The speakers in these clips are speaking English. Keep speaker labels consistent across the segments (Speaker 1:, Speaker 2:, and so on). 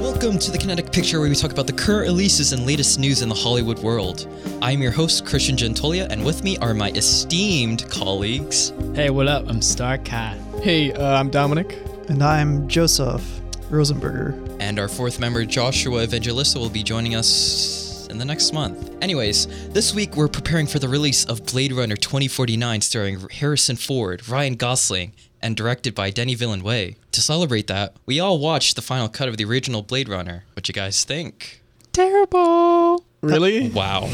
Speaker 1: Welcome to the Kinetic Picture, where we talk about the current releases and latest news in the Hollywood world. I'm your host, Christian Gentolia, and with me are my esteemed colleagues.
Speaker 2: Hey, what up? I'm Star Cat.
Speaker 3: Hey, uh, I'm Dominic.
Speaker 4: And I'm Joseph Rosenberger.
Speaker 1: And our fourth member, Joshua Evangelista, will be joining us in the next month. Anyways, this week we're preparing for the release of Blade Runner 2049, starring Harrison Ford, Ryan Gosling, and directed by Denny Villeneuve. To celebrate that, we all watched the final cut of the original Blade Runner. What you guys think?
Speaker 3: Terrible. Really?
Speaker 1: Wow.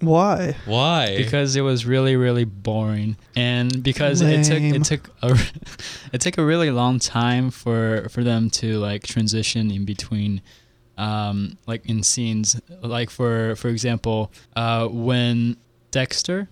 Speaker 4: Why?
Speaker 1: Why?
Speaker 2: Because it was really, really boring, and because it took
Speaker 4: Lame.
Speaker 2: it took a it took a really long time for for them to like transition in between, um, like in scenes. Like for for example, uh, when Dexter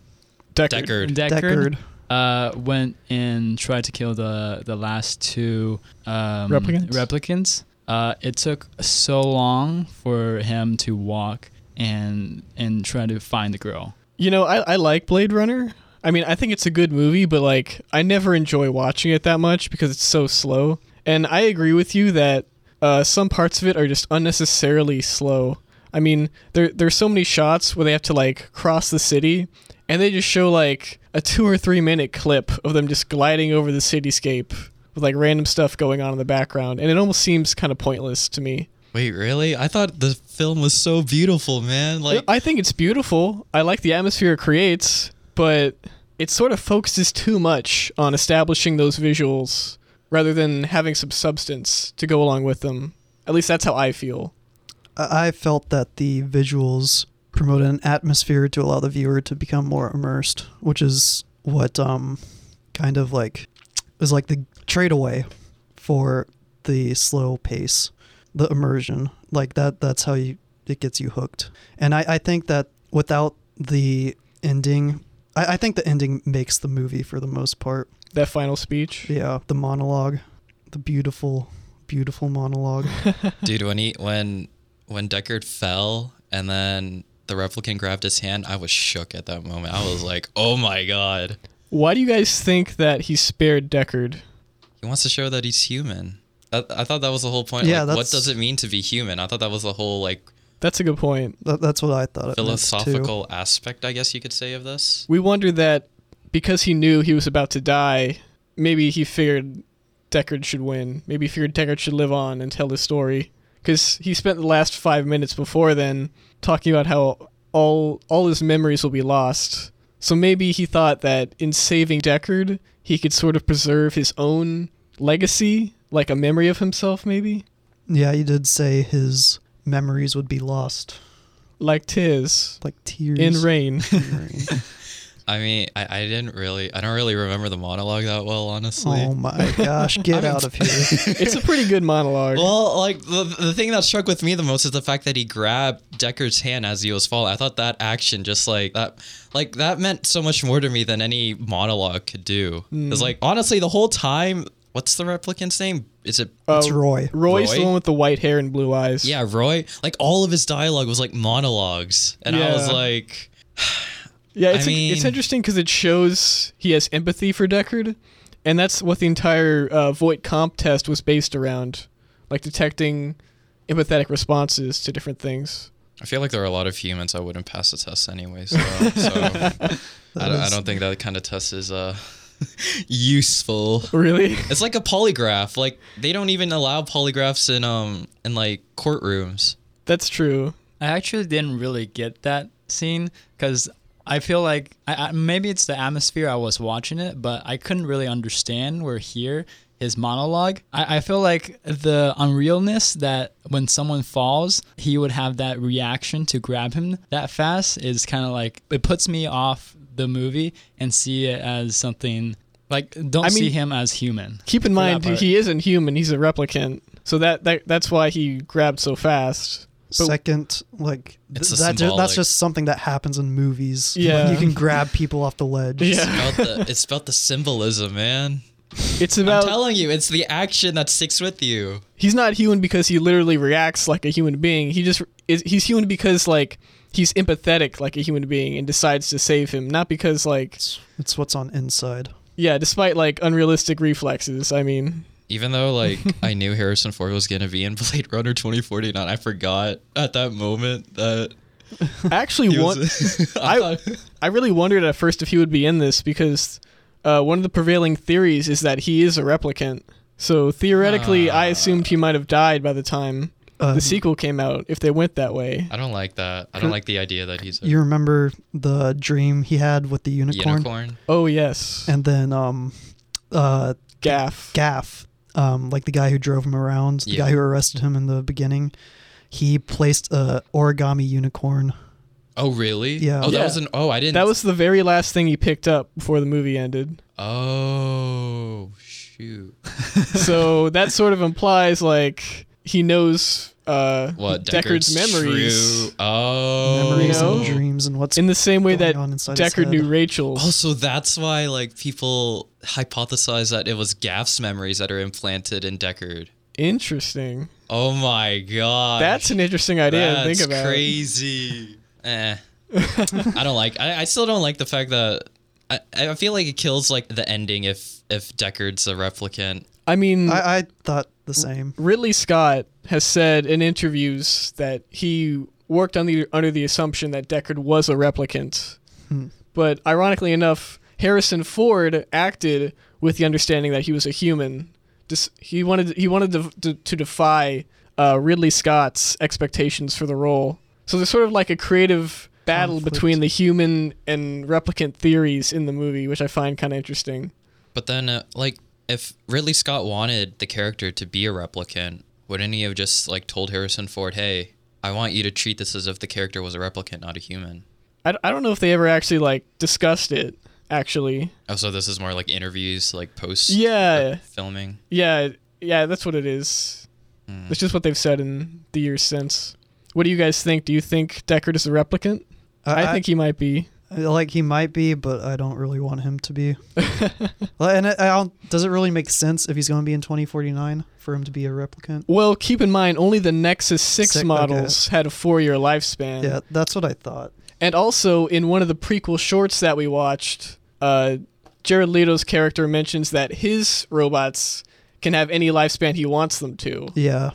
Speaker 3: Deckard.
Speaker 1: Deckard.
Speaker 2: Deckard,
Speaker 4: Deckard.
Speaker 2: uh, went and tried to kill the the last two um,
Speaker 3: Replicants?
Speaker 2: replicants. Uh, it took so long for him to walk and and try to find the girl.
Speaker 3: You know, I, I like Blade Runner. I mean, I think it's a good movie, but like, I never enjoy watching it that much because it's so slow. And I agree with you that uh, some parts of it are just unnecessarily slow. I mean, there there's so many shots where they have to like cross the city, and they just show like a two or three minute clip of them just gliding over the cityscape with like random stuff going on in the background, and it almost seems kind of pointless to me.
Speaker 1: Wait, really? I thought the film was so beautiful, man. Like,
Speaker 3: I think it's beautiful. I like the atmosphere it creates, but it sort of focuses too much on establishing those visuals rather than having some substance to go along with them. At least that's how I feel.
Speaker 4: I I felt that the visuals promoted an atmosphere to allow the viewer to become more immersed, which is what um kind of like is like the trade away for the slow pace, the immersion. Like that that's how you it gets you hooked. And I, I think that without the ending I, I think the ending makes the movie for the most part.
Speaker 3: That final speech.
Speaker 4: Yeah, the monologue, the beautiful, beautiful monologue.
Speaker 1: dude, when he when when Deckard fell and then the replicant grabbed his hand, I was shook at that moment. I was like, oh my god.
Speaker 3: Why do you guys think that he spared Deckard?
Speaker 1: He wants to show that he's human. I, I thought that was the whole point.
Speaker 4: Yeah,
Speaker 1: like, what
Speaker 4: that's-
Speaker 1: does it mean to be human? I thought that was the whole like
Speaker 3: That's a good point.
Speaker 4: That, that's what I thought. It meant, too.
Speaker 1: philosophical aspect, I guess you could say, of this.
Speaker 3: We wonder that because he knew he was about to die, maybe he figured Deckard should win. Maybe he figured Deckard should live on and tell his story. Because he spent the last five minutes before then talking about how all all his memories will be lost. So maybe he thought that in saving Deckard, he could sort of preserve his own legacy, like a memory of himself, maybe
Speaker 4: Yeah, he did say his memories would be lost,
Speaker 3: like tis
Speaker 4: like tears
Speaker 3: in rain.
Speaker 4: in rain.
Speaker 1: I mean, I, I didn't really, I don't really remember the monologue that well, honestly.
Speaker 4: oh my gosh, get out of here!
Speaker 3: it's a pretty good monologue.
Speaker 1: Well, like the, the thing that struck with me the most is the fact that he grabbed Decker's hand as he was falling. I thought that action just like that like that meant so much more to me than any monologue could do. It's like honestly the whole time what's the replicant's name? Is it
Speaker 3: Uh,
Speaker 4: It's Roy.
Speaker 3: Roy's the
Speaker 1: Roy?
Speaker 3: one with the white hair and blue eyes.
Speaker 1: yeah, Roy? Like all of his dialogue was like monologues. And I was
Speaker 3: Yeah.
Speaker 1: like
Speaker 3: Yeah, it's,
Speaker 1: I mean-
Speaker 3: it's interesting because it shows he has empathy for Deckard, and that's what the entire uh, Voight comp test was based around, like detecting empathetic responses to different things.
Speaker 1: I feel like there are a lot of humans I wouldn't pass the test anyway, so, so I, don't, I don't think that kind of test is uh useful.
Speaker 3: Really?
Speaker 1: It's like a polygraph. Like they don't even allow polygraphs in um in like courtrooms.
Speaker 3: that's true.
Speaker 2: I actually didn't really get that scene because I feel like I, I, maybe it's the atmosphere I was watching it, but I couldn't really understand or hear his monologue. I, I feel like the unrealness that when someone falls, he would have that reaction to grab him that fast is kind of like it puts me off the movie and see it as something like don't
Speaker 3: I
Speaker 2: see
Speaker 3: mean-
Speaker 2: him as human.
Speaker 3: Keep in
Speaker 2: For that
Speaker 3: mind
Speaker 2: part.
Speaker 3: he isn't human; he's a replicant, so that, that that's why he grabbed so fast. But-
Speaker 4: Second, like th-
Speaker 1: It's a
Speaker 4: that, ju-
Speaker 1: symbolic-
Speaker 4: that's just something that happens in movies. Like,
Speaker 3: Yeah.
Speaker 4: you can grab people off the ledge.
Speaker 3: Yeah,
Speaker 1: About the, it's about the symbolism, man.
Speaker 3: it's
Speaker 1: I'm
Speaker 3: about
Speaker 1: telling you, it's the action that sticks with you.
Speaker 3: he's not human because he literally reacts like a human being. He just is he's human because like he's empathetic like a human being and decides to save him, not because like
Speaker 4: It's, it's what's on inside.
Speaker 3: yeah, despite like unrealistic reflexes. I mean,
Speaker 1: Even though like I knew Harrison Ford was gonna be in Blade Runner 2049, I forgot at that moment that
Speaker 3: I actually
Speaker 1: he
Speaker 3: want.
Speaker 1: was. I
Speaker 3: I-
Speaker 1: thought-
Speaker 3: I really wondered at first if he would be in this because uh, one of the prevailing theories is that he is a replicant. So theoretically, I assumed he might have died by the time
Speaker 4: Ah. Um,
Speaker 3: the sequel came out if they went that way.
Speaker 1: I don't like that. I don't like the idea that he's a
Speaker 4: You remember the dream he had with the unicorn,
Speaker 1: unicorn.
Speaker 3: Oh yes,
Speaker 4: and then um, uh,
Speaker 3: Gaff.
Speaker 4: Gaff, um, like the guy who drove him around, the
Speaker 1: Yeah.
Speaker 4: guy who arrested him in the beginning. He placed a origami unicorn.
Speaker 1: Oh really?
Speaker 4: Yeah.
Speaker 1: Oh, that
Speaker 3: Yeah.
Speaker 1: was an. Oh, I didn't.
Speaker 3: That was the very last thing he picked up before the movie ended.
Speaker 1: Oh shoot.
Speaker 3: so that sort of implies like he knows uh,
Speaker 1: What
Speaker 3: Deckard's, memories
Speaker 1: true- Oh.
Speaker 4: memories
Speaker 3: You know?
Speaker 4: and dreams and what's
Speaker 3: in the same way
Speaker 4: going
Speaker 3: that
Speaker 4: on inside his
Speaker 3: Deckard knew
Speaker 4: head.
Speaker 3: Rachel's.
Speaker 1: Also, Oh, that's why like people hypothesize that it was Gaff's memories that are implanted in Deckard.
Speaker 3: Interesting.
Speaker 1: Oh my god.
Speaker 3: That's an interesting idea to
Speaker 1: That's
Speaker 3: think about.
Speaker 1: crazy. eh. I don't like. I, I still don't like the fact that I, I feel like it kills like the ending if if Deckard's a replicant.
Speaker 3: I mean,
Speaker 4: I, I thought the
Speaker 3: Mm.
Speaker 4: same.
Speaker 3: Ridley Scott has said in interviews that he worked on the, under the assumption that Deckard was a replicant.
Speaker 4: Hmm.
Speaker 3: But ironically enough, Harrison Ford acted with the understanding that he was a human. Dis- he wanted he wanted to, to, to defy uh, Ridley Scott's expectations for the role. So there's sort of like a creative battle
Speaker 4: Conflict.
Speaker 3: between the human and replicant theories in the movie, which I find kind of interesting.
Speaker 1: But then, uh, like, if Ridley Scott wanted the character to be a replicant, wouldn't he have just like told Harrison Ford, "Hey, I want you to treat this as if the character was a replicant, not a human."
Speaker 3: I, d- I don't know if they ever actually like discussed it. Actually,
Speaker 1: Oh, so this is more like interviews, like post
Speaker 3: yeah.
Speaker 1: filming. Hmm.
Speaker 3: Yeah, yeah, that's what it is. That's just what they've said in the years since. What do you guys think? Do you think Deckard is a replicant? I, think he might be.
Speaker 4: like he might be, but I don't really want him to be. Well, and I, I don't, does it really make sense if he's going to be in 2049 for him to be a replicant?
Speaker 3: well, keep in mind, only the Nexus 6
Speaker 4: Six, okay.
Speaker 3: models had a four year lifespan.
Speaker 4: Yeah, that's what I thought.
Speaker 3: And also, in one of the prequel shorts that we watched, uh, Jared Leto's character mentions that his robots can have any lifespan he wants them to.
Speaker 4: Yeah,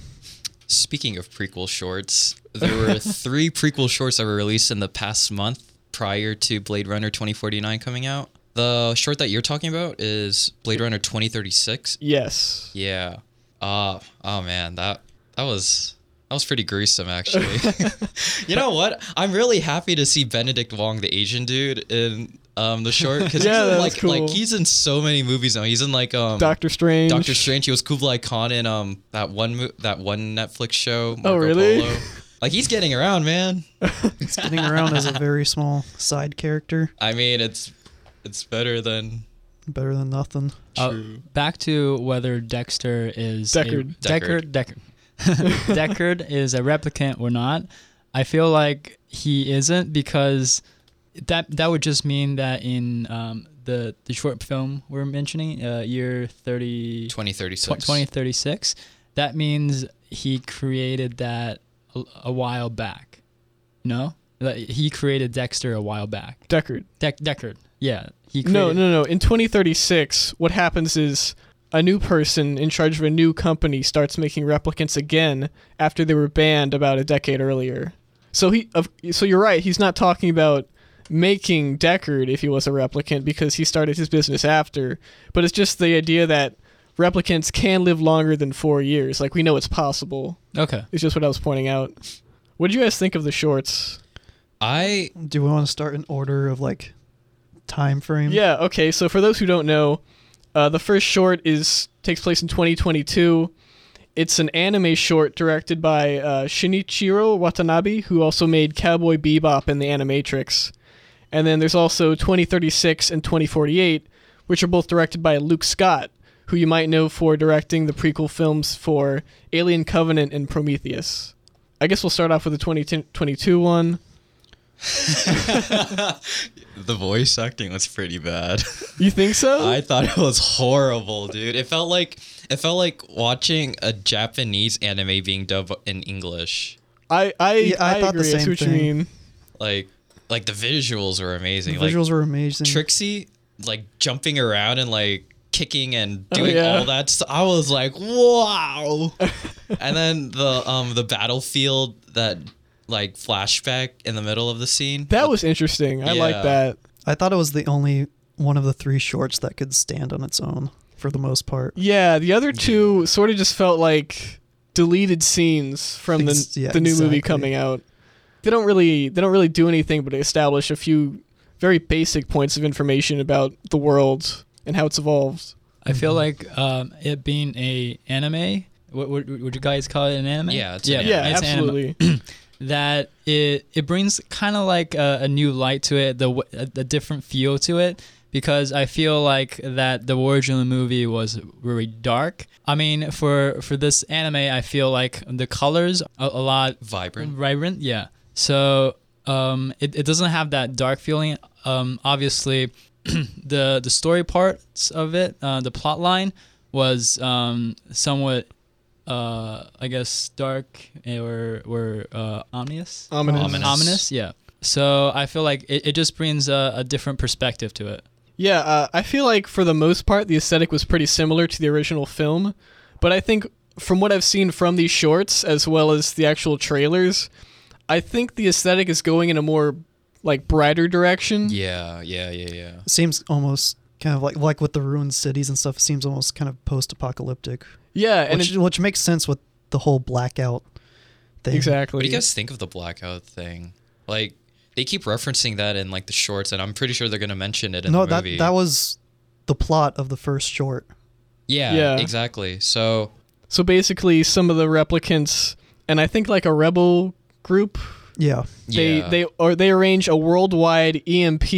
Speaker 1: Speaking of prequel shorts, there were three prequel shorts that were released in the past month prior to Blade Runner 2049 coming out. The short that you're talking about is Blade Runner 2036.
Speaker 3: Yes.
Speaker 1: Yeah. Uh, oh man, that that was that was pretty gruesome actually. you know what? I'm really happy to see Benedict Wong, the Asian dude, in um the short because
Speaker 3: Yeah, that was
Speaker 1: like like
Speaker 3: cool.
Speaker 1: he's in so many movies now. He's in like um
Speaker 3: Doctor Strange.
Speaker 1: Doctor Strange. He was Kublai Khan in um that one mo- that one Netflix show.
Speaker 3: really?
Speaker 1: Like he's getting around, man.
Speaker 4: he's getting around as a very small side character,
Speaker 1: I mean, it's it's better than
Speaker 4: better than nothing.
Speaker 2: Uh,
Speaker 1: true.
Speaker 2: back to whether Dexter is a-
Speaker 3: Deckard.
Speaker 1: Deckard.
Speaker 2: Deckard. Deckard. Deckard is a replicant or not. I feel like he isn't because that that would just mean that in um, the the short film we're mentioning, uh, year 30,
Speaker 1: 2036.
Speaker 2: 2036, that means he created that a, a while back. No, Like, he created Dexter a while back.
Speaker 3: Deckard.
Speaker 2: Deck Deckard. Yeah, he created,
Speaker 3: No, no, no. In 2036, what happens is a new person in charge of a new company starts making replicants again after they were banned about a decade earlier. So he, of, so you're right. He's not talking about making Deckard if he was a replicant because he started his business after. But it's just the idea that replicants can live longer than four years. Like we know it's possible.
Speaker 2: Okay.
Speaker 3: It's just what I was pointing out. What did you guys think of the shorts?
Speaker 1: I
Speaker 4: Do we want to start in order of like time frame?
Speaker 3: Yeah. Okay. So for those who don't know, uh, the first short is takes place in 2022. It's an anime short directed by uh, Shinichiro Watanabe, who also made Cowboy Bebop and The Animatrix. And then there's also 2036 and 2048, which are both directed by Luke Scott, who you might know for directing the prequel films for Alien Covenant and Prometheus. I guess we'll start off with the 2022 one.
Speaker 1: the voice acting was pretty bad.
Speaker 3: You think so?
Speaker 1: I thought it was horrible, dude. It felt like it felt like watching a Japanese anime being dubbed in English.
Speaker 3: I I,
Speaker 4: Yeah, I
Speaker 3: I,
Speaker 4: thought the
Speaker 3: agree. I see
Speaker 4: same
Speaker 3: what you
Speaker 4: thing.
Speaker 3: mean.
Speaker 1: Like like the visuals were
Speaker 4: the
Speaker 1: amazing. like
Speaker 3: Mm.
Speaker 4: visuals were amazing.
Speaker 1: Trixie like jumping around and like kicking and doing
Speaker 3: Oh, yeah.
Speaker 1: all that. So I was like, wow. and then the um the battlefield that like flashback in the middle of the scene.
Speaker 3: That was interesting. I like
Speaker 1: Yeah.
Speaker 3: that.
Speaker 4: I thought it was the only one of the three shorts that could stand on its own for the most part.
Speaker 3: Yeah, the other two sort of just felt like deleted scenes from the
Speaker 4: Ex- yeah,
Speaker 3: the new movie
Speaker 4: exactly.
Speaker 3: coming out. They don't really they don't really do anything but establish a few very basic points of information about the world and how it's evolved.
Speaker 2: I feel
Speaker 3: Mm-hmm.
Speaker 2: like um, it being a anime. What, what would you guys call it? An anime?
Speaker 1: Yeah, it's an
Speaker 2: yeah,
Speaker 1: anime.
Speaker 3: Yeah,
Speaker 2: it's an anime.
Speaker 3: absolutely.
Speaker 2: that it it brings kind of like a, a new light to it, the w- a, a different feel to it. Because I feel like that the original movie was very dark. I mean, for for this anime, I feel like the colors are a lot
Speaker 1: vibrant.
Speaker 2: Vibrant, yeah. So um, it, it doesn't have that dark feeling. Um, obviously, the the story parts of it, uh, the plot line was um, somewhat, uh, I guess, dark or or uh, ominous.
Speaker 3: Ominous.
Speaker 1: Ominous.
Speaker 2: Ominous, yeah. So I feel like it, it just brings a, a different perspective to it.
Speaker 3: Yeah, uh, I feel like for the most part, the aesthetic was pretty similar to the original film, but I think from what I've seen from these shorts as well as the actual trailers, I think the aesthetic is going in a more like brighter direction.
Speaker 1: Yeah, yeah, yeah, yeah.
Speaker 4: It seems almost kind of like like with the ruined cities and stuff. It seems almost kind of post-apocalyptic,
Speaker 3: Yeah, and
Speaker 4: which
Speaker 3: it-
Speaker 4: which makes sense with the whole blackout thing.
Speaker 3: exactly.
Speaker 1: What do you guys think of the blackout thing? Like they keep referencing that in like the shorts, and I'm pretty sure they're gonna mention it in
Speaker 4: No,
Speaker 1: the
Speaker 4: that
Speaker 1: movie.
Speaker 4: that was the plot of the first short.
Speaker 1: yeah,
Speaker 3: Yeah.
Speaker 1: exactly. So
Speaker 3: so basically, some of the replicants, and I think like a rebel group,
Speaker 4: Yeah.
Speaker 3: they
Speaker 1: yeah.
Speaker 3: they or they arrange a worldwide EMP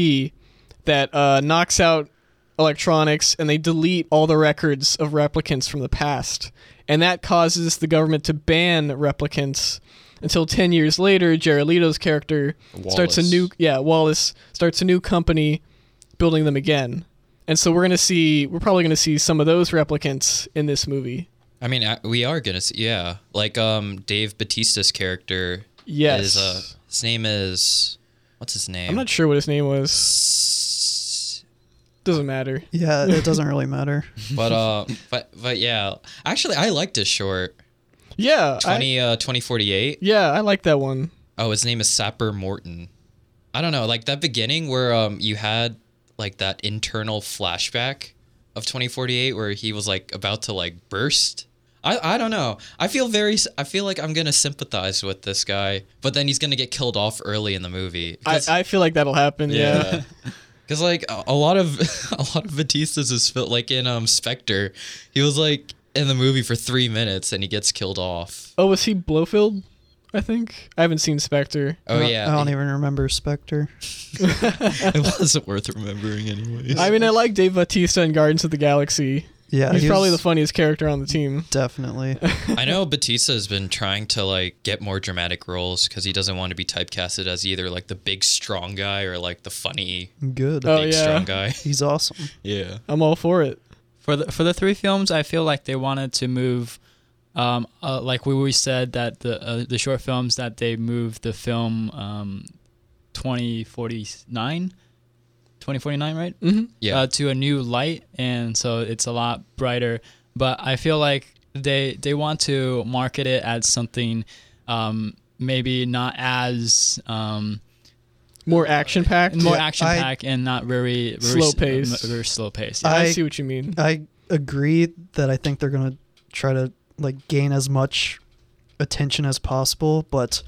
Speaker 3: that uh, knocks out electronics and they delete all the records of replicants from the past, and that causes the government to ban replicants until ten years later. Jared Leto's character starts a
Speaker 1: Wallace.
Speaker 3: new yeah Wallace starts a new company, building them again, and so we're gonna see we're probably gonna see some of those replicants in this movie.
Speaker 1: I mean, I- we are gonna see. Yeah, like um, Dave Batista's character.
Speaker 3: Yes.
Speaker 1: Is, uh, his name is what's his name?
Speaker 3: I'm not sure what his name was.
Speaker 1: S-
Speaker 3: Doesn't matter.
Speaker 4: Yeah, it doesn't really matter.
Speaker 1: But uh, but but yeah. Actually, I liked his short.
Speaker 3: Yeah. I-
Speaker 1: Twenty uh, twenty forty eight.
Speaker 3: yeah, I like that one.
Speaker 1: Oh, his name is Sapper Morton. I don't know, like that beginning where um you had like that internal flashback of 2048 where he was like about to like burst. I I don't know. I feel very s- I feel like I'm going to sympathize with this guy, but then he's going to get killed off early in the movie.
Speaker 3: I, I feel like that'll happen. Yeah.
Speaker 1: Cuz like a, a lot of a lot of Batista's is felt like in um Spectre. He was like in the movie for 3 minutes and he gets killed off.
Speaker 3: Oh, was he Blowfield? I think I haven't seen Spectre.
Speaker 1: Oh
Speaker 4: I don't-
Speaker 1: yeah.
Speaker 4: I don't even remember Spectre.
Speaker 1: it wasn't worth remembering anyways.
Speaker 3: I mean, I like Dave Bautista in Guardians of the Galaxy.
Speaker 4: Yeah,
Speaker 3: He's
Speaker 4: he
Speaker 3: probably the
Speaker 4: was-
Speaker 3: funniest character on the team.
Speaker 4: definitely.
Speaker 1: I know Batista has been trying to like get more dramatic roles because he doesn't want to be typecasted as either like the big strong guy or like the funny
Speaker 4: Good.
Speaker 3: Oh,
Speaker 1: big
Speaker 3: yeah.
Speaker 1: strong guy.
Speaker 4: He's awesome.
Speaker 1: yeah.
Speaker 3: I'm all for it.
Speaker 2: For the for the three films, I feel like they wanted to move, um, uh, like we always said that the uh, the short films that they moved the film um, 2049, 2049, right?
Speaker 3: Mm-hmm.
Speaker 1: Yeah.
Speaker 2: Uh, to a new light, and so it's a lot brighter. But I feel like they they want to market it as something, um, maybe not as um,
Speaker 3: More action packed.
Speaker 2: more
Speaker 4: Yeah, I-
Speaker 2: action packed and not very, very
Speaker 3: Slow
Speaker 2: s- um,
Speaker 3: paced.
Speaker 2: very slow paced.
Speaker 3: I,
Speaker 4: I-
Speaker 3: see what you mean.
Speaker 4: I agree that I think they're gonna try to like gain as much attention as possible, but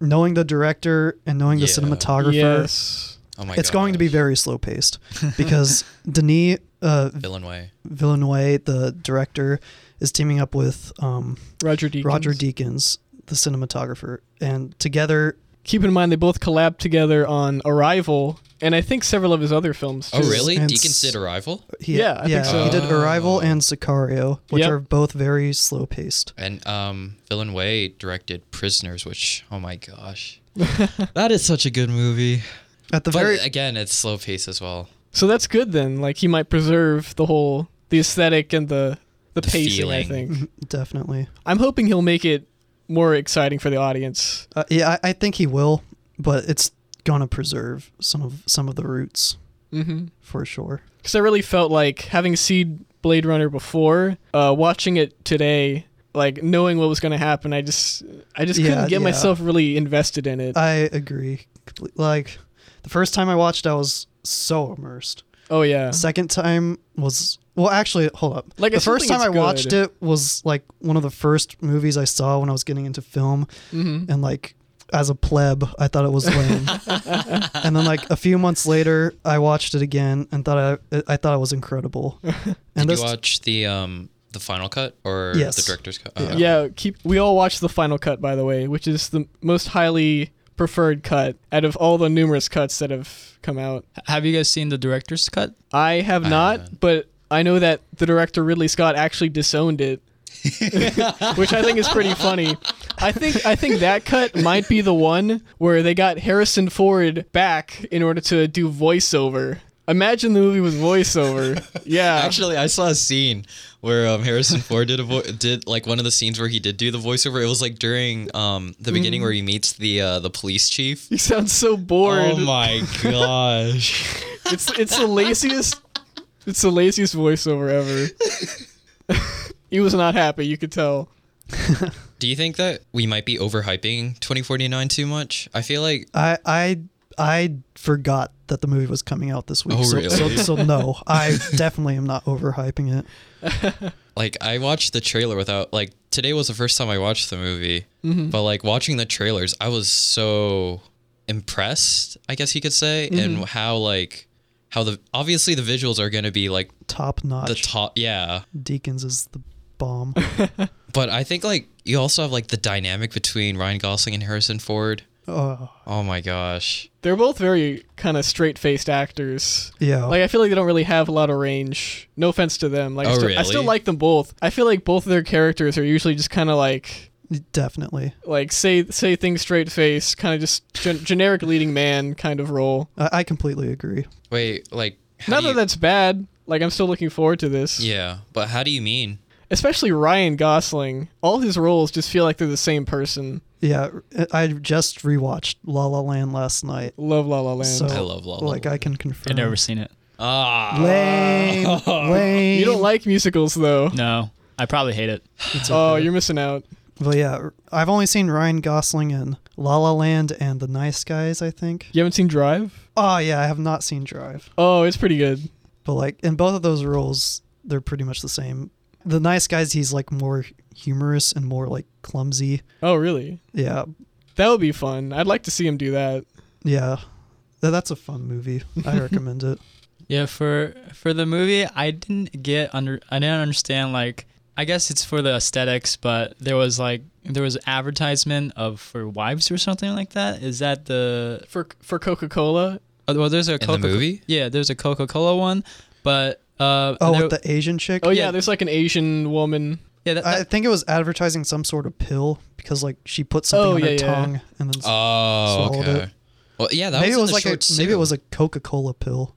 Speaker 4: knowing the director and knowing the
Speaker 1: Yeah.
Speaker 4: cinematographer,
Speaker 3: Yes.
Speaker 1: Oh my god.
Speaker 4: it's going to be very slow paced because Denis uh,
Speaker 1: villain way.
Speaker 4: Villeneuve, the director, is teaming up with um,
Speaker 3: Roger Deakins.
Speaker 4: Roger Deakins, the cinematographer, and together,
Speaker 3: Keep in mind they both collabed together on Arrival and I think several of his other films.
Speaker 1: Oh
Speaker 3: too.
Speaker 1: really?
Speaker 4: and
Speaker 1: Deacon's
Speaker 4: s-
Speaker 1: did Arrival,
Speaker 4: he,
Speaker 3: Yeah, I think so.
Speaker 4: he did Arrival
Speaker 1: Oh.
Speaker 4: and Sicario, which
Speaker 3: Yep.
Speaker 4: are both very slow paced.
Speaker 1: and um, villain way directed Prisoners, which oh my gosh, that is such a good movie.
Speaker 4: At the
Speaker 1: but
Speaker 4: very
Speaker 1: again, it's slow pace as well.
Speaker 3: So that's good then. Like he might preserve the whole the aesthetic and the the,
Speaker 1: The
Speaker 3: pacing. I
Speaker 1: feeling.
Speaker 4: Mm-hmm.
Speaker 3: think.
Speaker 4: definitely.
Speaker 3: I'm hoping he'll make it more exciting for the audience.
Speaker 4: Uh, yeah, I, I think he will, but it's gonna preserve some of some of the roots.
Speaker 3: Mm-hmm.
Speaker 4: for sure.
Speaker 3: Because I really felt like having seen Blade Runner before, uh, watching it today, like knowing what was going to happen, I just, I just
Speaker 4: Yeah,
Speaker 3: couldn't get
Speaker 4: yeah. Uh,
Speaker 3: myself really invested in it.
Speaker 4: I agree. comple- Like the first time I watched, I was so immersed.
Speaker 3: oh yeah,
Speaker 4: Second time was well, actually, hold up.
Speaker 3: Like,
Speaker 4: the
Speaker 3: I still
Speaker 4: first
Speaker 3: think
Speaker 4: time I
Speaker 3: it's
Speaker 4: watched
Speaker 3: good.
Speaker 4: it was like one of the first movies I saw when I was getting into film,
Speaker 3: hmm
Speaker 4: and like as a pleb, I thought it was lame. and then like a few months later, I watched it again and thought I I thought it was incredible. And
Speaker 1: Did
Speaker 4: this
Speaker 1: you watch the um the final cut or
Speaker 4: Yes.
Speaker 1: the director's cut? Uh,
Speaker 4: Yeah.
Speaker 1: okay.
Speaker 3: yeah. Keep. We all watched the final cut, by the way, which is the most highly preferred cut out of all the numerous cuts that have come out.
Speaker 2: Have you guys seen the director's cut?
Speaker 3: I have
Speaker 1: I
Speaker 3: not,
Speaker 1: haven't.
Speaker 3: but I know that the director Ridley Scott actually disowned it, which I think is pretty funny. I think I think that cut might be the one where they got Harrison Ford back in order to do voiceover. Imagine the movie with voiceover. Yeah.
Speaker 1: Actually, I saw a scene where um, Harrison Ford did a vo- did like one of the scenes where he did do the voiceover. It was like during um the
Speaker 4: Mm.
Speaker 1: beginning where he meets the uh, the police chief.
Speaker 3: he sounds so bored.
Speaker 1: Oh my gosh!
Speaker 3: It's it's the laziest it's the laziest voiceover ever. he was not happy, you could tell.
Speaker 1: Do you think that we might be overhyping 2049 too much? I feel like
Speaker 4: I I I forgot that the movie was coming out this week.
Speaker 1: Oh,
Speaker 4: so,
Speaker 1: really?
Speaker 4: so so no, I definitely am not overhyping it.
Speaker 1: like I watched the trailer without like today was the first time I watched the movie,
Speaker 4: Mm-hmm.
Speaker 1: but like watching the trailers, I was so impressed. I guess you could say,
Speaker 4: Mm-hmm.
Speaker 1: and how like how the obviously the visuals are going to be like
Speaker 4: Top
Speaker 1: the
Speaker 4: notch.
Speaker 1: top. Yeah,
Speaker 4: Deacons is the bomb.
Speaker 1: but I think like you also have like the dynamic between Ryan Gosling and Harrison Ford.
Speaker 4: Oh
Speaker 1: Oh my gosh.
Speaker 3: They're both very kind of straight-faced actors.
Speaker 4: yeah.
Speaker 1: Oh.
Speaker 3: Like I feel like they don't really have a lot of range. No offense to them. Like I,
Speaker 1: Oh,
Speaker 3: still, I still
Speaker 1: really?
Speaker 3: like them both. I feel like both of their characters are usually just kind of like
Speaker 4: definitely.
Speaker 3: like say say things straight face, kind of just gen- generic leading man kind of role.
Speaker 4: I, I completely agree.
Speaker 1: Wait, like how
Speaker 3: Not
Speaker 1: do
Speaker 3: that
Speaker 1: you-
Speaker 3: that's bad. Like I'm still looking forward to this.
Speaker 1: Yeah, but how do you mean?
Speaker 3: Especially Ryan Gosling. All his roles just feel like they're the same person.
Speaker 4: Yeah, I just rewatched La La Land last night.
Speaker 3: Love La La Land.
Speaker 4: So
Speaker 1: I love La La
Speaker 4: like I can confirm.
Speaker 2: I've never seen it.
Speaker 1: Ah.
Speaker 4: oh Lame, lame.
Speaker 3: you don't like musicals though.
Speaker 2: No, I probably hate it.
Speaker 3: Oh, you're missing out.
Speaker 4: But yeah, I've only seen Ryan Gosling in La La Land and The Nice Guys. I think.
Speaker 3: You haven't seen Drive?
Speaker 4: Oh yeah, I have not seen Drive.
Speaker 3: Oh, it's pretty good.
Speaker 4: But like in both of those roles, they're pretty much the same. The nice guys, he's like more humorous and more like clumsy.
Speaker 3: Oh, really?
Speaker 4: Yeah,
Speaker 3: That would be fun. I'd like to see him do that.
Speaker 4: yeah, Th- that's a fun movie. I recommend it.
Speaker 2: Yeah, for for the movie, I didn't get under. I didn't understand like. I guess it's for the aesthetics, but there was like there was advertisement of for wives or something like that. Is that the
Speaker 3: For for Coca-Cola,
Speaker 2: oh, well? There's a
Speaker 1: the
Speaker 2: Coca-
Speaker 1: movie?
Speaker 2: Yeah, there's a Coca Cola one, but uh,
Speaker 4: Oh,
Speaker 2: there-
Speaker 4: with the Asian chick.
Speaker 3: Oh yeah,
Speaker 2: Yeah.
Speaker 3: there's like an Asian woman.
Speaker 2: yeah, that,
Speaker 4: I
Speaker 2: that,
Speaker 4: think it was advertising some sort of pill because like she put something
Speaker 3: Oh,
Speaker 4: on her
Speaker 3: yeah, yeah.
Speaker 4: tongue and then
Speaker 1: Oh,
Speaker 4: Swallowed
Speaker 1: okay.
Speaker 4: it.
Speaker 1: Well, yeah, that
Speaker 4: maybe
Speaker 1: was,
Speaker 4: it was
Speaker 1: in the
Speaker 4: like a,
Speaker 1: short
Speaker 4: maybe
Speaker 1: too.
Speaker 4: it was a Coca Cola pill.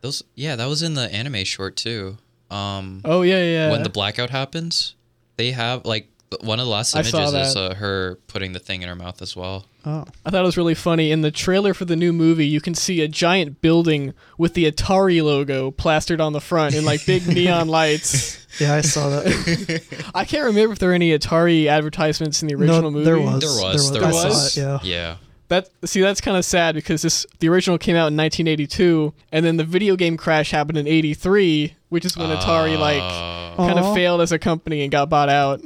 Speaker 1: Those yeah, that was in the anime short too. Um
Speaker 3: Oh yeah, yeah.
Speaker 1: when the blackout happens, they have like th- one of the last
Speaker 3: I saw
Speaker 1: images is
Speaker 3: that.
Speaker 1: uh, her putting the thing in her mouth as well.
Speaker 4: Oh,
Speaker 3: I thought it was really funny. In the trailer for the new movie, you can see a giant building with the Atari logo plastered on the front and like big neon lights.
Speaker 4: yeah, I saw that.
Speaker 3: I can't remember if there were any Atari advertisements in the original
Speaker 4: no,
Speaker 3: movie.
Speaker 4: there was,
Speaker 1: There was, there
Speaker 4: I
Speaker 1: was.
Speaker 4: saw it, yeah.
Speaker 1: Yeah.
Speaker 3: That see, that's kind of sad because this the original came out in 1982, and then the video game crash happened in '83, which is when Atari like
Speaker 1: Uh,
Speaker 3: kind
Speaker 4: Aw.
Speaker 3: of failed as a company and got bought out.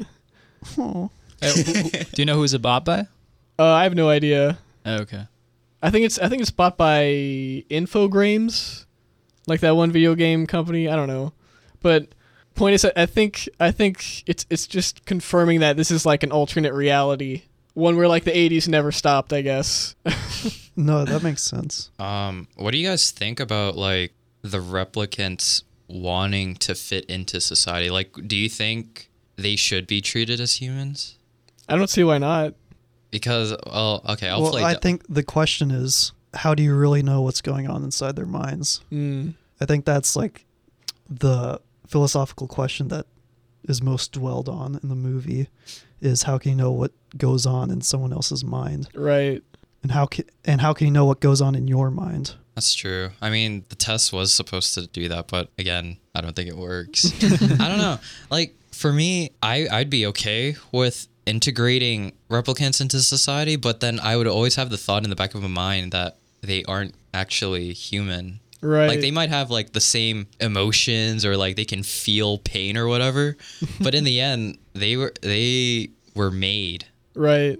Speaker 4: Oh.
Speaker 2: uh, who- who- do you know who's it bought by?
Speaker 3: Uh, I have no idea.
Speaker 2: Oh, okay.
Speaker 3: I think it's I think it's bought by Infogrames, like that one video game company. I don't know, but point is, I- I think I think it's it's just confirming that this is like an alternate reality, one where like the '80s never stopped. I guess.
Speaker 4: No, that makes sense.
Speaker 1: um what do you guys think about like the replicants wanting to fit into society? Like do you think they should be treated as humans?
Speaker 3: I don't see why not.
Speaker 1: Because oh okay, I'll
Speaker 4: well,
Speaker 1: play
Speaker 4: I
Speaker 1: de-
Speaker 4: think the question is, how do you really know what's going on inside their minds?
Speaker 3: Mm.
Speaker 4: I think that's like the philosophical question that is most dwelled on in the movie is how can you know what goes on in someone else's mind
Speaker 3: Right.
Speaker 4: and how can and how can you know what goes on in your mind
Speaker 1: That's true. I mean, the test was supposed to do that, but again, I don't think it works. I don't know. Like for me, I I'd be okay with integrating replicants into society, but then I would always have the thought in the back of my mind that they aren't actually human.
Speaker 3: Right.
Speaker 1: Like they might have like the same emotions or like they can feel pain or whatever, but in the end, they were they were made.
Speaker 3: Right.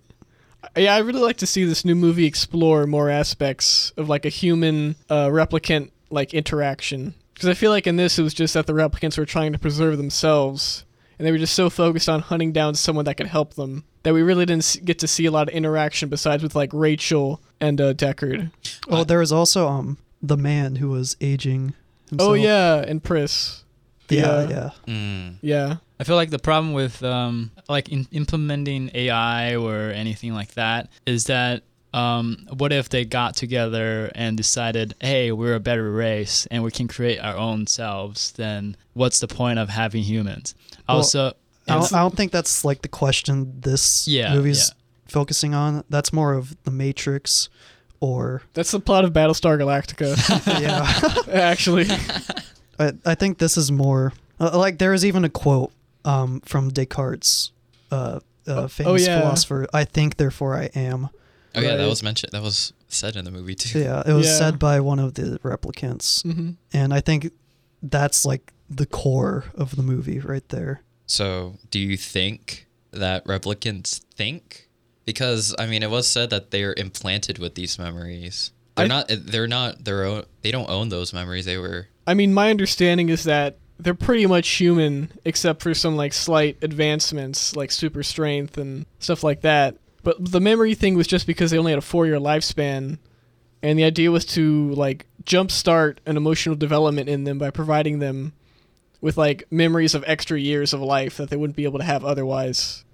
Speaker 3: Yeah, I really like to see this new movie explore more aspects of like a human uh, replicant like interaction because I feel like in this it was just that the replicants were trying to preserve themselves and they were just so focused on hunting down someone that could help them that we really didn't s- get to see a lot of interaction besides with like Rachel and uh, Deckard.
Speaker 4: Oh, there was also um the man who was aging. Himself.
Speaker 3: Oh yeah, and Pris. The,
Speaker 4: yeah,
Speaker 3: uh,
Speaker 4: yeah.
Speaker 1: Mm.
Speaker 3: yeah.
Speaker 2: I feel like the problem with um, like in implementing AI or anything like that is that um, what if they got together and decided, hey, we're a better race and we can create our own selves? Then what's the point of having humans?
Speaker 4: Well,
Speaker 2: Also,
Speaker 4: I
Speaker 2: and-
Speaker 4: don't, I don't think that's like the question this
Speaker 2: Yeah,
Speaker 4: movie's
Speaker 2: yeah.
Speaker 4: focusing on. That's more of the Matrix, or
Speaker 3: That's the plot of Battlestar Galactica,
Speaker 4: yeah.
Speaker 3: actually.
Speaker 4: I, I think this is more uh, like there is even a quote um, from Descartes, uh, uh, famous
Speaker 3: Oh, yeah.
Speaker 4: philosopher. I think, therefore, I am.
Speaker 1: Oh yeah, that
Speaker 3: Right.
Speaker 1: was mentioned. That was said in the movie too.
Speaker 4: Yeah, it was
Speaker 3: Yeah.
Speaker 4: said by one of the replicants,
Speaker 3: hmm
Speaker 4: and I think that's like the core of the movie right there.
Speaker 1: So, do you think that replicants think? Because I mean, it was said that they're implanted with these memories. They're
Speaker 3: I-
Speaker 1: not. They're not their own. They don't own those memories. They were.
Speaker 3: I mean, my understanding is that they're pretty much human, except for some like slight advancements, like super strength and stuff like that. But the memory thing was just because they only had a four-year lifespan, and the idea was to like jumpstart an emotional development in them by providing them with like memories of extra years of life that they wouldn't be able to have otherwise.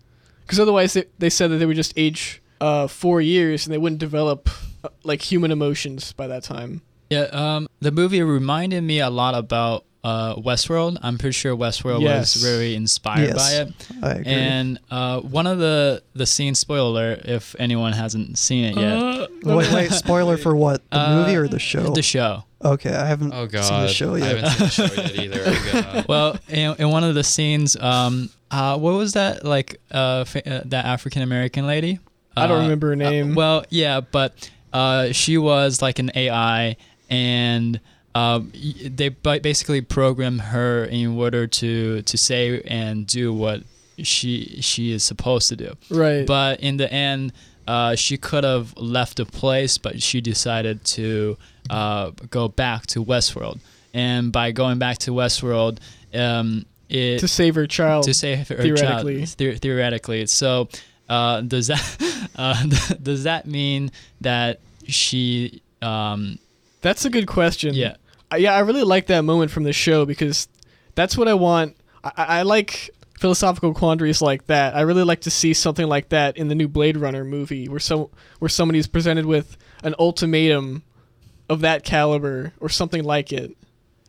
Speaker 3: Because otherwise, they, they said that they would just age uh, four years and they wouldn't develop uh, like human emotions by that time.
Speaker 2: Yeah, um, the movie reminded me a lot about uh, Westworld. I'm pretty sure Westworld
Speaker 3: Yes.
Speaker 2: was very inspired
Speaker 4: Yes,
Speaker 2: by it.
Speaker 4: I agree.
Speaker 2: And uh, one of the the scene spoiler, if anyone hasn't seen it yet,
Speaker 3: Uh,
Speaker 4: Uh, wait, wait, spoiler for what? The
Speaker 2: Uh,
Speaker 4: movie or the show?
Speaker 2: the show.
Speaker 4: okay, I haven't
Speaker 1: Oh god,
Speaker 4: seen the show
Speaker 1: I
Speaker 4: yet.
Speaker 1: haven't seen the show yet either. Oh, God.
Speaker 2: Well, in, in one of the scenes, um, uh, what was that like? Uh, fa- uh, that African American lady.
Speaker 3: I don't
Speaker 2: Uh,
Speaker 3: remember her
Speaker 2: uh,
Speaker 3: name.
Speaker 2: well, yeah, but uh, she was like an AI, and um, y- they ba- basically programmed her in order to to say and do what she she is supposed to do.
Speaker 3: right.
Speaker 2: But in the end, uh, she could have left the place, but she decided to uh, go back to Westworld. And by going back to Westworld, um, it
Speaker 3: to save her child.
Speaker 2: to save her
Speaker 3: theoretically.
Speaker 2: child the- theoretically. So uh, does that uh, does that mean that she? Um,
Speaker 3: That's a good question.
Speaker 2: yeah,
Speaker 3: I, yeah, I really like that moment from the show because that's what I want. I, I I like philosophical quandaries like that. I really like to see something like that in the new Blade Runner movie, where so where somebody's presented with an ultimatum of that caliber or something like it,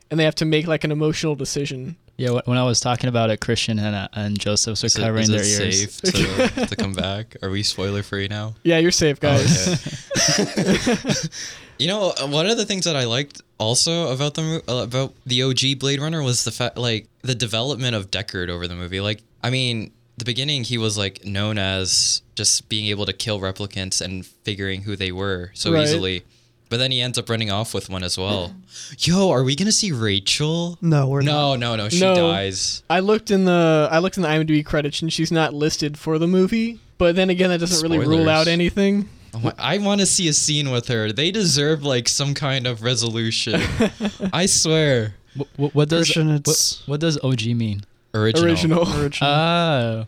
Speaker 3: and they have to make like an emotional decision.
Speaker 2: yeah. wh- When I was talking about it, Christian and, uh, and Joseph were
Speaker 1: Is it-
Speaker 2: covering
Speaker 1: is
Speaker 2: their
Speaker 1: it
Speaker 2: ears.
Speaker 1: safe to, to come back? Are we spoiler free now?
Speaker 3: Yeah, you're safe, guys.
Speaker 1: you know, one of the things that I liked also about the mo- uh, about the OG Blade Runner was the fact, like, the development of Deckard over the movie. Like, I mean, the beginning he was like known as just being able to kill replicants and figuring who they were so
Speaker 3: Right.
Speaker 1: easily, but then he ends up running off with one as well. Yo, are we gonna see Rachel?
Speaker 4: No, we're not.
Speaker 1: No, no, no. She
Speaker 3: No.
Speaker 1: dies.
Speaker 3: I looked in the I looked in the IMDb credits and she's not listed for the movie. But then again, that doesn't really rule
Speaker 1: Spoilers.
Speaker 3: out anything.
Speaker 1: Oh my- I want to see a scene with her. They deserve like some kind of resolution. I swear.
Speaker 2: Wh- wh- what does
Speaker 4: Christian,
Speaker 2: what,
Speaker 4: it's
Speaker 2: what does OG mean?
Speaker 1: Original.
Speaker 3: Original.
Speaker 4: Christian.
Speaker 2: Oh,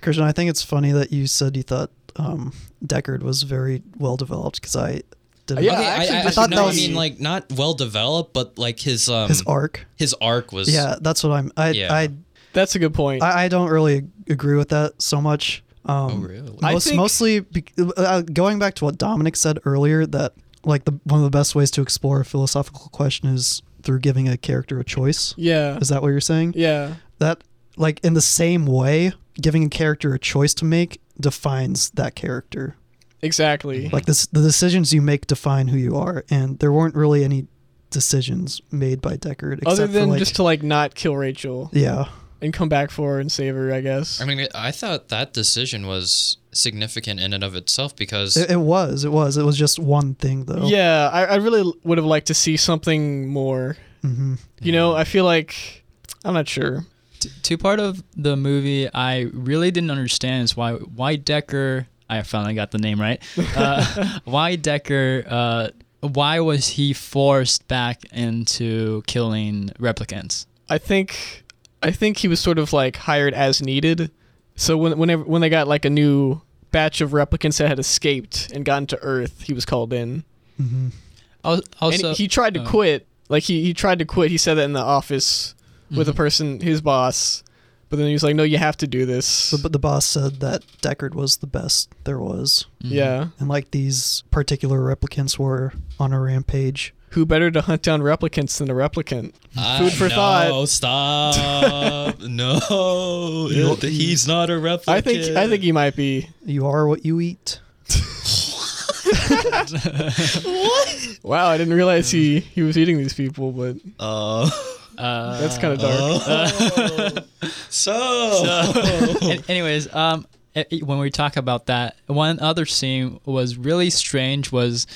Speaker 4: Christian, I think it's funny that you said you thought um, Deckard was very well developed because I didn't.
Speaker 3: Yeah,
Speaker 1: Okay,
Speaker 3: I
Speaker 1: I,
Speaker 3: actually
Speaker 1: I, I
Speaker 3: just-
Speaker 1: thought
Speaker 4: that
Speaker 1: no, I
Speaker 4: was-
Speaker 1: mean like not well developed, but like his um
Speaker 4: his
Speaker 1: his,
Speaker 4: arc.
Speaker 1: arc was
Speaker 4: Yeah, that's what I'm. I,
Speaker 1: Yeah.
Speaker 4: I,
Speaker 3: That's a good point.
Speaker 4: I I don't really agree with that so much. Um,
Speaker 1: Oh, really?
Speaker 3: I
Speaker 4: Most,
Speaker 3: think-
Speaker 4: mostly be, uh, going back to what Dominic said earlier that like the one of the best ways to explore a philosophical question is through giving a character a choice.
Speaker 3: yeah.
Speaker 4: Is that what you're saying?
Speaker 3: Yeah.
Speaker 4: That like in the same way, giving a character a choice to make defines that character.
Speaker 3: Exactly.
Speaker 4: Like this, the decisions you make define who you are, and there weren't really any decisions made by Deckard except
Speaker 3: Other than
Speaker 4: for like,
Speaker 3: just to like not kill Rachel
Speaker 4: yeah,
Speaker 3: and come back for her and save her, I guess.
Speaker 1: I mean, I thought that decision was significant in and of itself because
Speaker 4: it, it was, it was, it was just one thing though.
Speaker 3: yeah, I, I really would have liked to see something more.
Speaker 4: hmm
Speaker 3: You know, I feel like I'm not sure.
Speaker 2: T- two part of the movie I really didn't understand is why why Decker. I finally got the name right. Uh, why Decker? Uh, why was he forced back into killing replicants?
Speaker 3: I think I think he was sort of like hired as needed. So when whenever when they got like a new batch of replicants that had escaped and gotten to Earth, he was called in.
Speaker 4: hmm
Speaker 2: Al- Also,
Speaker 3: and he tried to
Speaker 2: oh.
Speaker 3: quit. Like he, he tried to quit. He said that in the office with a
Speaker 2: Mhm.
Speaker 3: person, his boss. But then he was like, "No, you have to do this."
Speaker 4: So, but the boss said that Deckard was the best there was,
Speaker 2: Mhm.
Speaker 3: yeah.
Speaker 4: and like these particular replicants were on a rampage.
Speaker 3: Who better to hunt down replicants than a replicant? food for
Speaker 1: no,
Speaker 3: thought.
Speaker 1: Stop. no,
Speaker 4: You-
Speaker 1: it- he's not a replicant.
Speaker 3: I think I think he might be.
Speaker 4: You are what you eat.
Speaker 3: Wow, I didn't realize he he was eating these people, but
Speaker 1: Uh,
Speaker 2: Uh,
Speaker 3: that's kind of dark.
Speaker 1: oh. so.
Speaker 2: An- anyways, um, a- a- when we talk about that, one other scene was really strange. Was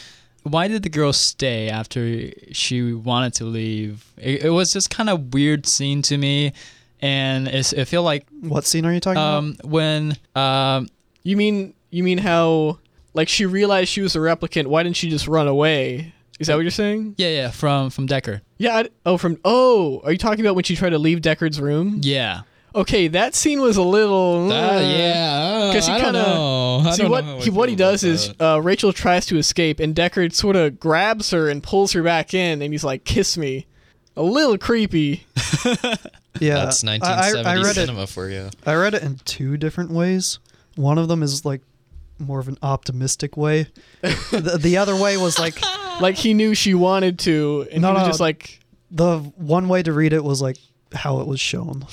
Speaker 2: why did the girl stay after she wanted to leave? It, it was just kind of weird scene to me, and it's, it feel like
Speaker 4: What scene are you talking about?
Speaker 2: um when um
Speaker 3: You mean you mean how like she realized she was a replicant? Why didn't she just run away? Is that what you're saying?
Speaker 2: yeah yeah from from Decker
Speaker 3: Yeah. I, oh, from oh, are you talking about when she tried to leave Deckard's room?
Speaker 2: yeah
Speaker 3: Okay, that scene was a little.
Speaker 1: Ah,
Speaker 3: uh,
Speaker 1: yeah, because
Speaker 3: Because he
Speaker 1: he kind
Speaker 3: kinda-
Speaker 1: of
Speaker 3: See what he what he does is uh, Rachel tries to escape and Deckard sort of grabs her and pulls her back in and he's like, "Kiss me," a little creepy.
Speaker 4: yeah,
Speaker 1: that's
Speaker 4: I- I-
Speaker 1: 1970s
Speaker 4: I read it
Speaker 1: cinema for you.
Speaker 4: I read it in two different ways. One of them is like more of an optimistic way. the, the other way was like
Speaker 3: Like he knew she wanted to, and
Speaker 4: No,
Speaker 3: he was
Speaker 4: no.
Speaker 3: just like,
Speaker 4: the one way to read it was like how it was shown.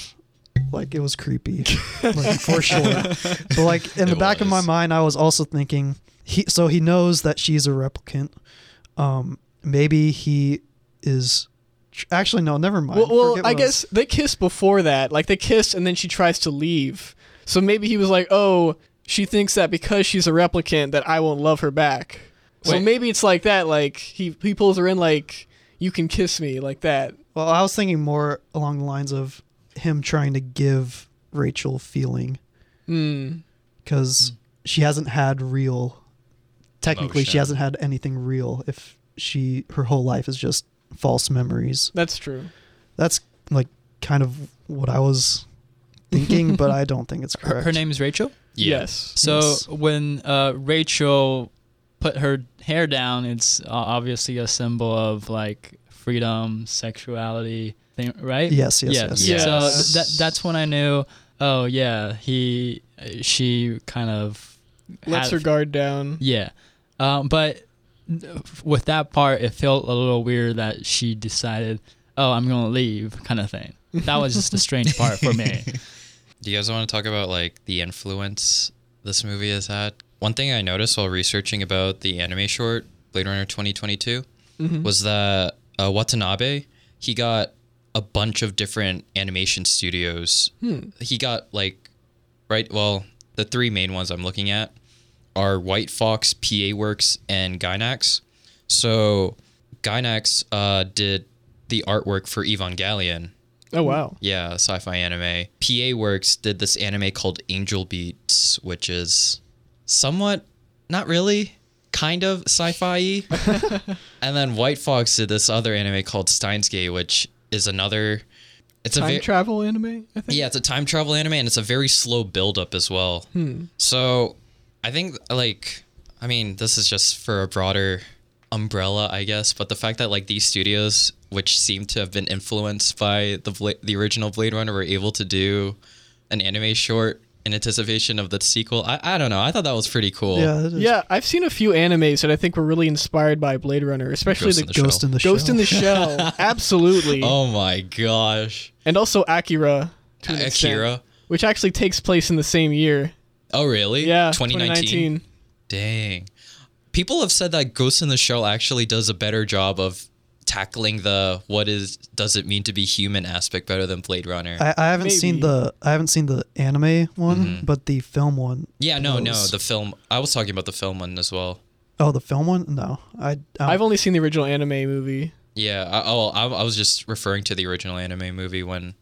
Speaker 4: Like it was creepy, like for sure. But like in the
Speaker 1: It
Speaker 4: back of my
Speaker 1: was.
Speaker 4: mind, I was also thinking he. So he knows that she's a replicant. Um, maybe he is. tr- Actually, no, never mind.
Speaker 3: "Well, well
Speaker 4: Forget what
Speaker 3: I
Speaker 4: was-
Speaker 3: guess they kiss before that. Like they kiss, and then she tries to leave. So maybe he was like, "Oh, she thinks that because she's a replicant that I won't love her back." So
Speaker 2: Wait.
Speaker 3: maybe it's like that. Like he he pulls her in, like, "You can kiss me," like that.
Speaker 4: Well, I was thinking more along the lines of him trying to give Rachel feeling.
Speaker 3: Hmm.
Speaker 4: because she hasn't had real technically she
Speaker 1: Emotion.
Speaker 4: hasn't had anything real if she her whole life is just false memories
Speaker 3: That's true.
Speaker 4: that's like kind of what i was thinking but i don't think it's
Speaker 2: her,
Speaker 4: correct
Speaker 2: her name is Rachel.
Speaker 1: Yeah.
Speaker 3: Yes.
Speaker 2: So
Speaker 4: Yes.
Speaker 2: when uh Rachel put her hair down, it's uh, obviously a symbol of like freedom, sexuality, thing, right?
Speaker 4: yes yes yes,
Speaker 1: Yeah.
Speaker 2: So
Speaker 1: Yes.
Speaker 2: th- that that's when I knew. Oh yeah, he uh, she kind of
Speaker 3: Lets
Speaker 2: had-
Speaker 3: her guard down.
Speaker 2: Yeah, um, but with that part, it felt a little weird that she decided, "Oh, I'm gonna leave," kind of thing. That was just the strange part for me.
Speaker 1: Do you guys want to talk about like the influence this movie has had? One thing I noticed while researching about the anime short Blade Runner 2022 was that uh, Watanabe he got a bunch of different animation studios. He got like right well the three main ones I'm looking at are White Fox, PA Works, and Gynax. So Gynax uh, did the artwork for Evangelion.
Speaker 3: Oh wow.
Speaker 1: Yeah, sci-fi anime. PA Works did this anime called Angel Beats, which is somewhat, not really, kind of sci-fi. and then White Fox did this other anime called Steins Gate, which is another. It's a
Speaker 3: Time
Speaker 1: very,
Speaker 3: travel anime, I think.
Speaker 1: yeah, it's a time travel anime, and it's a very slow build up as well. So, I think like, I mean, this is just for a broader umbrella, I guess. But the fact that like these studios, which seem to have been influenced by the Bla- the original Blade Runner, were able to do an anime short in anticipation of the sequel, I I don't know. I thought that was pretty cool.
Speaker 4: yeah, it is.
Speaker 3: Yeah, I've seen a few animes that I think were really inspired by Blade Runner, especially
Speaker 1: Ghost
Speaker 3: the
Speaker 1: in the Shell.
Speaker 4: ghost in the
Speaker 3: Ghost
Speaker 4: Shell.
Speaker 3: in the Shell. Absolutely.
Speaker 1: Oh my gosh,
Speaker 3: And also Akira. To an extent,
Speaker 1: Akira.
Speaker 3: which actually takes place in the same year.
Speaker 1: Oh really?
Speaker 3: Yeah.
Speaker 1: 2019. Dang. People have said that Ghost in the Shell actually does a better job of tackling the what is does it mean to be human aspect better than Blade Runner.
Speaker 4: I, I haven't seen
Speaker 3: Maybe. Mm-hmm.
Speaker 4: the I haven't seen the anime one, but the film one.
Speaker 1: yeah, no, no,
Speaker 4: was-
Speaker 1: the film. I was talking about the film one as well.
Speaker 4: oh, the film one? No, I. I
Speaker 3: I've only seen the original anime movie.
Speaker 1: Yeah. I, oh, I, I was just referring to the original anime movie when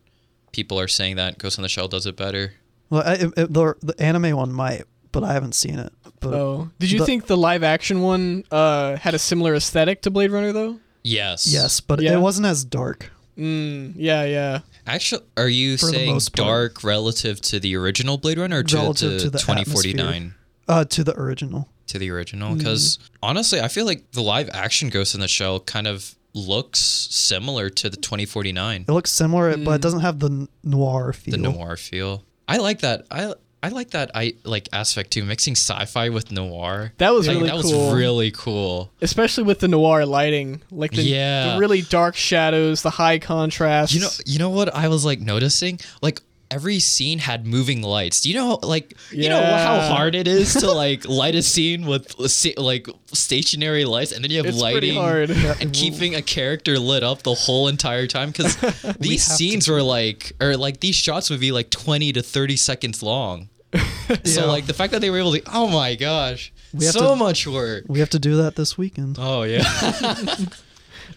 Speaker 1: people are saying that Ghost in the Shell does it better.
Speaker 4: well, I, it, it- the, the anime one might, but I haven't seen it. But
Speaker 3: Oh, did you
Speaker 4: the-
Speaker 3: think the live action one uh, had a similar aesthetic to Blade Runner though?
Speaker 1: Yes.
Speaker 4: yes, but
Speaker 3: Yeah.
Speaker 4: it wasn't as dark.
Speaker 3: Mm, yeah, yeah.
Speaker 1: Actually, are you
Speaker 4: the
Speaker 1: saying
Speaker 4: most part.
Speaker 1: dark relative to the original Blade Runner or to,
Speaker 4: Relative
Speaker 1: to
Speaker 4: to the
Speaker 1: 2049?
Speaker 4: Uh, to the original.
Speaker 1: to the original
Speaker 3: Mm-hmm.
Speaker 1: because honestly, I feel like the live action Ghost in the Shell kind of looks similar to the 2049,
Speaker 4: It looks similar, but it doesn't have the n- noir feel.
Speaker 1: Hmm. the noir feel. I like that. I I like that. I like aspect too, mixing sci-fi with noir.
Speaker 3: That was
Speaker 1: Like,
Speaker 3: really
Speaker 1: that
Speaker 3: cool.
Speaker 1: was really cool.
Speaker 3: Especially with the noir lighting, like the,
Speaker 1: Yeah.
Speaker 3: the really dark shadows, the high contrast.
Speaker 1: You know, you know what I was like noticing, like. Every scene had moving lights. Do you know, like, you know how
Speaker 3: Yeah.
Speaker 1: hard it is to like light a scene with sta- like stationary lights, and then you have
Speaker 3: it's pretty
Speaker 1: lighting
Speaker 3: hard.
Speaker 1: and keeping a character lit up the whole entire time because these scenes were like or like these shots would be like 20 to 30 seconds long so like the fact that they were able to oh my gosh
Speaker 4: We have
Speaker 1: so
Speaker 4: to-
Speaker 1: much work
Speaker 4: We have to do that this weekend.
Speaker 1: oh yeah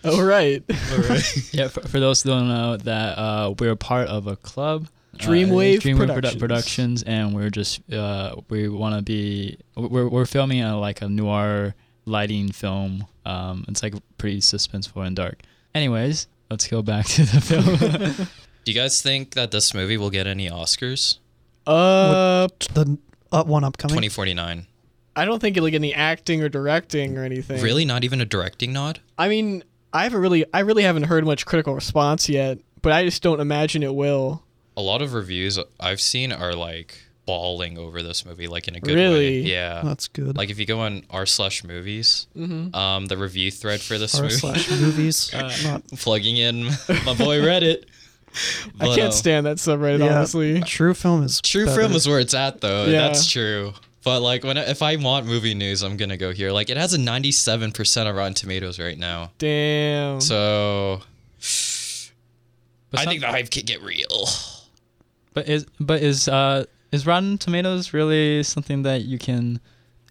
Speaker 3: oh right,
Speaker 1: All right.
Speaker 2: Yeah, for, for those who don't know that uh, we're part of a club, uh,
Speaker 3: Dreamwave
Speaker 2: Produ-
Speaker 3: Productions.
Speaker 2: Productions, and we're just uh, we want to be we're we're filming a, like a noir lighting film. Um, it's like pretty suspenseful and dark. Anyways, let's go back to the film.
Speaker 1: do you guys think that this movie will get any oscars
Speaker 3: uh,
Speaker 4: The uh, one upcoming.
Speaker 1: 2049
Speaker 3: I don't think it'll get any acting or directing or anything.
Speaker 1: really not even a directing nod
Speaker 3: I mean, I haven't really, I really haven't heard much critical response yet, but I just don't imagine it will.
Speaker 1: a lot of reviews i've seen are like bawling over this movie like in a good way
Speaker 3: Really?
Speaker 1: yeah
Speaker 4: That's good.
Speaker 1: like if you go on r slash movies um the review thread for this
Speaker 4: Mm-hmm. R
Speaker 1: movie
Speaker 4: slash movies. Not
Speaker 1: plugging in my boy Reddit. But,
Speaker 3: I can't
Speaker 1: uh,
Speaker 3: stand that subreddit,
Speaker 4: yeah.
Speaker 3: honestly.
Speaker 4: True film is
Speaker 1: True
Speaker 4: better.
Speaker 1: Film is where it's at, though.
Speaker 3: Yeah.
Speaker 1: That's true. But like, when I, if I want movie news, I'm gonna go here. Like, it has a 97% of Rotten Tomatoes right now.
Speaker 3: Damn.
Speaker 1: So
Speaker 2: But
Speaker 1: I
Speaker 2: some-
Speaker 1: think the hype can get real.
Speaker 2: but is but is uh is Rotten Tomatoes really something that you can?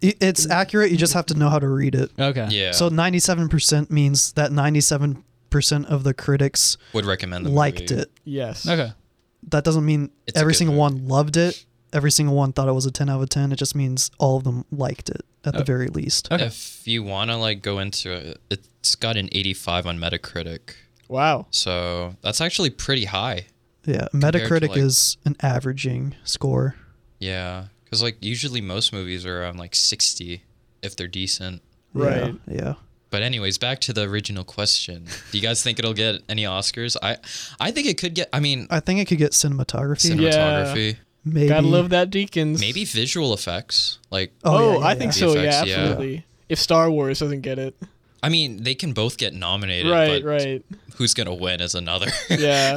Speaker 4: I- It's accurate. You just have to know how to read it.
Speaker 2: Okay.
Speaker 1: Yeah.
Speaker 4: So 97% means that 97% of the critics
Speaker 1: would recommend the
Speaker 4: liked
Speaker 1: movie.
Speaker 4: it.
Speaker 3: yes.
Speaker 2: Okay.
Speaker 4: That doesn't mean
Speaker 1: It's a
Speaker 4: every
Speaker 1: good
Speaker 4: single
Speaker 1: movie.
Speaker 4: one loved it. Every single one thought it was a 10 out of 10. It just means all of them liked it at
Speaker 1: Oh.
Speaker 4: the very least.
Speaker 2: Okay.
Speaker 1: If you wanna like go into it, it's got an 85 on Metacritic.
Speaker 3: Wow.
Speaker 1: So that's actually pretty high.
Speaker 4: Yeah.
Speaker 1: to,
Speaker 4: Metacritic
Speaker 1: like-
Speaker 4: is an averaging score.
Speaker 1: Yeah. Because like usually most movies are around like 60 if they're decent.
Speaker 3: Right.
Speaker 4: Yeah. yeah.
Speaker 1: But anyways, back to the original question. Do you guys think it'll get any Oscars? I I think it could get I mean
Speaker 4: I think it could get cinematography.
Speaker 3: Yeah.
Speaker 1: cinematography.
Speaker 4: Maybe.
Speaker 3: Gotta love that Deacons.
Speaker 1: Maybe visual effects. Like
Speaker 3: Oh,
Speaker 4: yeah, yeah,
Speaker 3: I think
Speaker 4: yeah.
Speaker 1: VFX,
Speaker 3: so. yeah,
Speaker 1: yeah.
Speaker 3: absolutely. If Star Wars doesn't get it,
Speaker 1: I mean, they can both get nominated,
Speaker 3: right,
Speaker 1: but
Speaker 3: right.
Speaker 1: who's gonna win is another
Speaker 3: Yeah.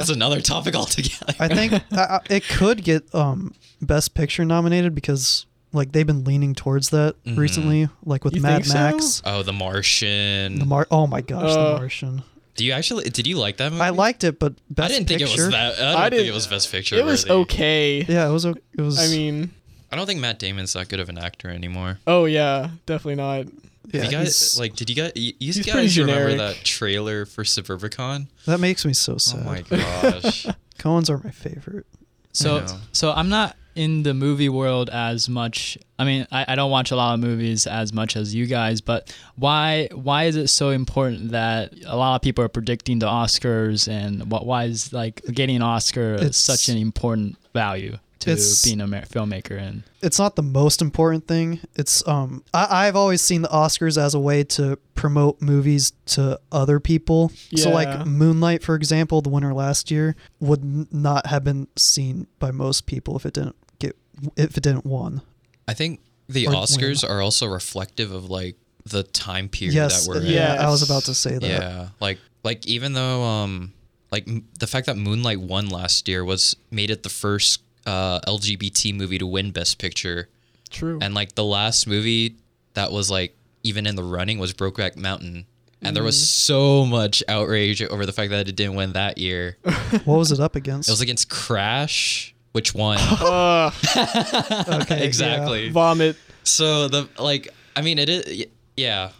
Speaker 1: is another topic altogether.
Speaker 4: I think I, I, it could get um best picture nominated because like they've been leaning towards that
Speaker 1: Mm-hmm.
Speaker 4: recently, like with
Speaker 3: You
Speaker 4: Mad
Speaker 3: think so?
Speaker 4: Max.
Speaker 1: oh, The Martian.
Speaker 4: The Mar- oh my gosh,
Speaker 3: Uh,
Speaker 4: The Martian.
Speaker 1: Do you actually did you like that movie?
Speaker 4: I liked it, but
Speaker 1: I
Speaker 4: best
Speaker 1: didn't think
Speaker 4: picture.
Speaker 1: it was that. I, didn't
Speaker 3: I
Speaker 1: think it
Speaker 3: didn't-
Speaker 1: was best picture.
Speaker 3: It was
Speaker 1: worthy.
Speaker 3: okay.
Speaker 4: Yeah, it was. o- It was.
Speaker 3: I mean,
Speaker 1: I don't think Matt Damon's that good of an actor anymore.
Speaker 3: oh yeah, definitely not.
Speaker 4: yeah,
Speaker 1: you guys
Speaker 4: he's-
Speaker 1: like? Did you guys? You, you
Speaker 3: he's pretty
Speaker 1: guys remember
Speaker 3: generic.
Speaker 1: that trailer for Suburbicon?
Speaker 4: that makes me so sad.
Speaker 1: Oh my gosh.
Speaker 4: Coens are my favorite.
Speaker 1: I
Speaker 2: So
Speaker 1: know.
Speaker 2: so I'm not in the movie world as much. I mean, I, I don't watch a lot of movies as much as you guys, but why why is it so important that a lot of people are predicting the Oscars and what why is like getting an Oscar
Speaker 4: It's-
Speaker 2: such an important value to
Speaker 4: it's-
Speaker 2: being a ma- filmmaker and
Speaker 4: It's not the most important thing. It's um, I, I've always seen the Oscars as a way to promote movies to other people. So
Speaker 3: Yeah.
Speaker 4: like Moonlight, for example, the winner last year would n- not have been seen by most people if it didn't get if it didn't won.
Speaker 1: I think the
Speaker 4: Or win.
Speaker 1: Oscars are also reflective of like the time period
Speaker 4: Yes,
Speaker 1: that we're
Speaker 4: yeah, I was
Speaker 3: Yes.
Speaker 4: about to say
Speaker 1: in.
Speaker 4: that.
Speaker 1: Yeah, like like even though um like m- the fact that Moonlight won last year was made it the first uh, LGBT movie to win Best Picture,
Speaker 3: True.
Speaker 1: and like the last movie that was like even in the running was Brokeback Mountain. And there
Speaker 4: Mm.
Speaker 1: was so much outrage over the fact that it didn't win that year. It
Speaker 4: What was it up against?
Speaker 1: was against Crash, which won.
Speaker 3: Uh,
Speaker 4: Okay, yeah.
Speaker 1: exactly.
Speaker 3: vomit.
Speaker 1: So the like, I mean, it is. y- Yeah,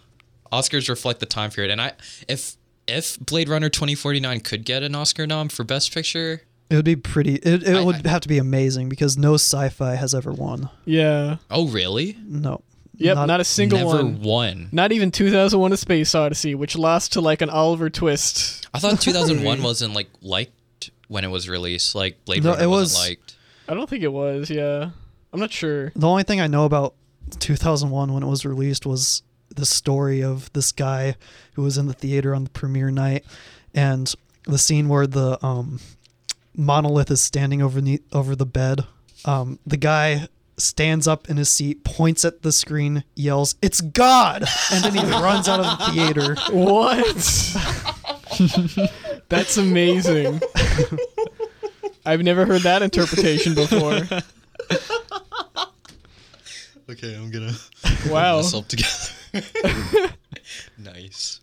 Speaker 1: Oscars reflect the time period, and I if if Blade Runner twenty forty nine could get an Oscar nom for Best Picture,
Speaker 4: It would be pretty. It, it
Speaker 1: I-
Speaker 4: would
Speaker 1: I-
Speaker 4: have to be amazing because no sci-fi has ever won.
Speaker 3: Yeah.
Speaker 1: oh really?
Speaker 4: No.
Speaker 3: Yep. Not, a single
Speaker 1: Never
Speaker 3: one.
Speaker 1: won.
Speaker 3: Not even 2001: A Space Odyssey, which lost to like an Oliver Twist.
Speaker 1: I thought two thousand one wasn't like liked when it was released. Like Blade
Speaker 4: No,
Speaker 1: Runner
Speaker 4: it
Speaker 1: wasn't
Speaker 4: was-
Speaker 1: liked.
Speaker 3: I don't think it was. Yeah. I'm not sure.
Speaker 4: The only thing I know about 2001 when it was released was the story of this guy who was in the theater on the premiere night and the scene where the um, monolith is standing over the, over the bed. Um, the guy stands up in his seat, points at the screen, yells, It's God! And then he runs out of the theater.
Speaker 3: What? That's amazing. I've never heard that interpretation before.
Speaker 1: Okay, I'm gonna
Speaker 4: Oh.
Speaker 3: Wow.
Speaker 1: myself together. nice.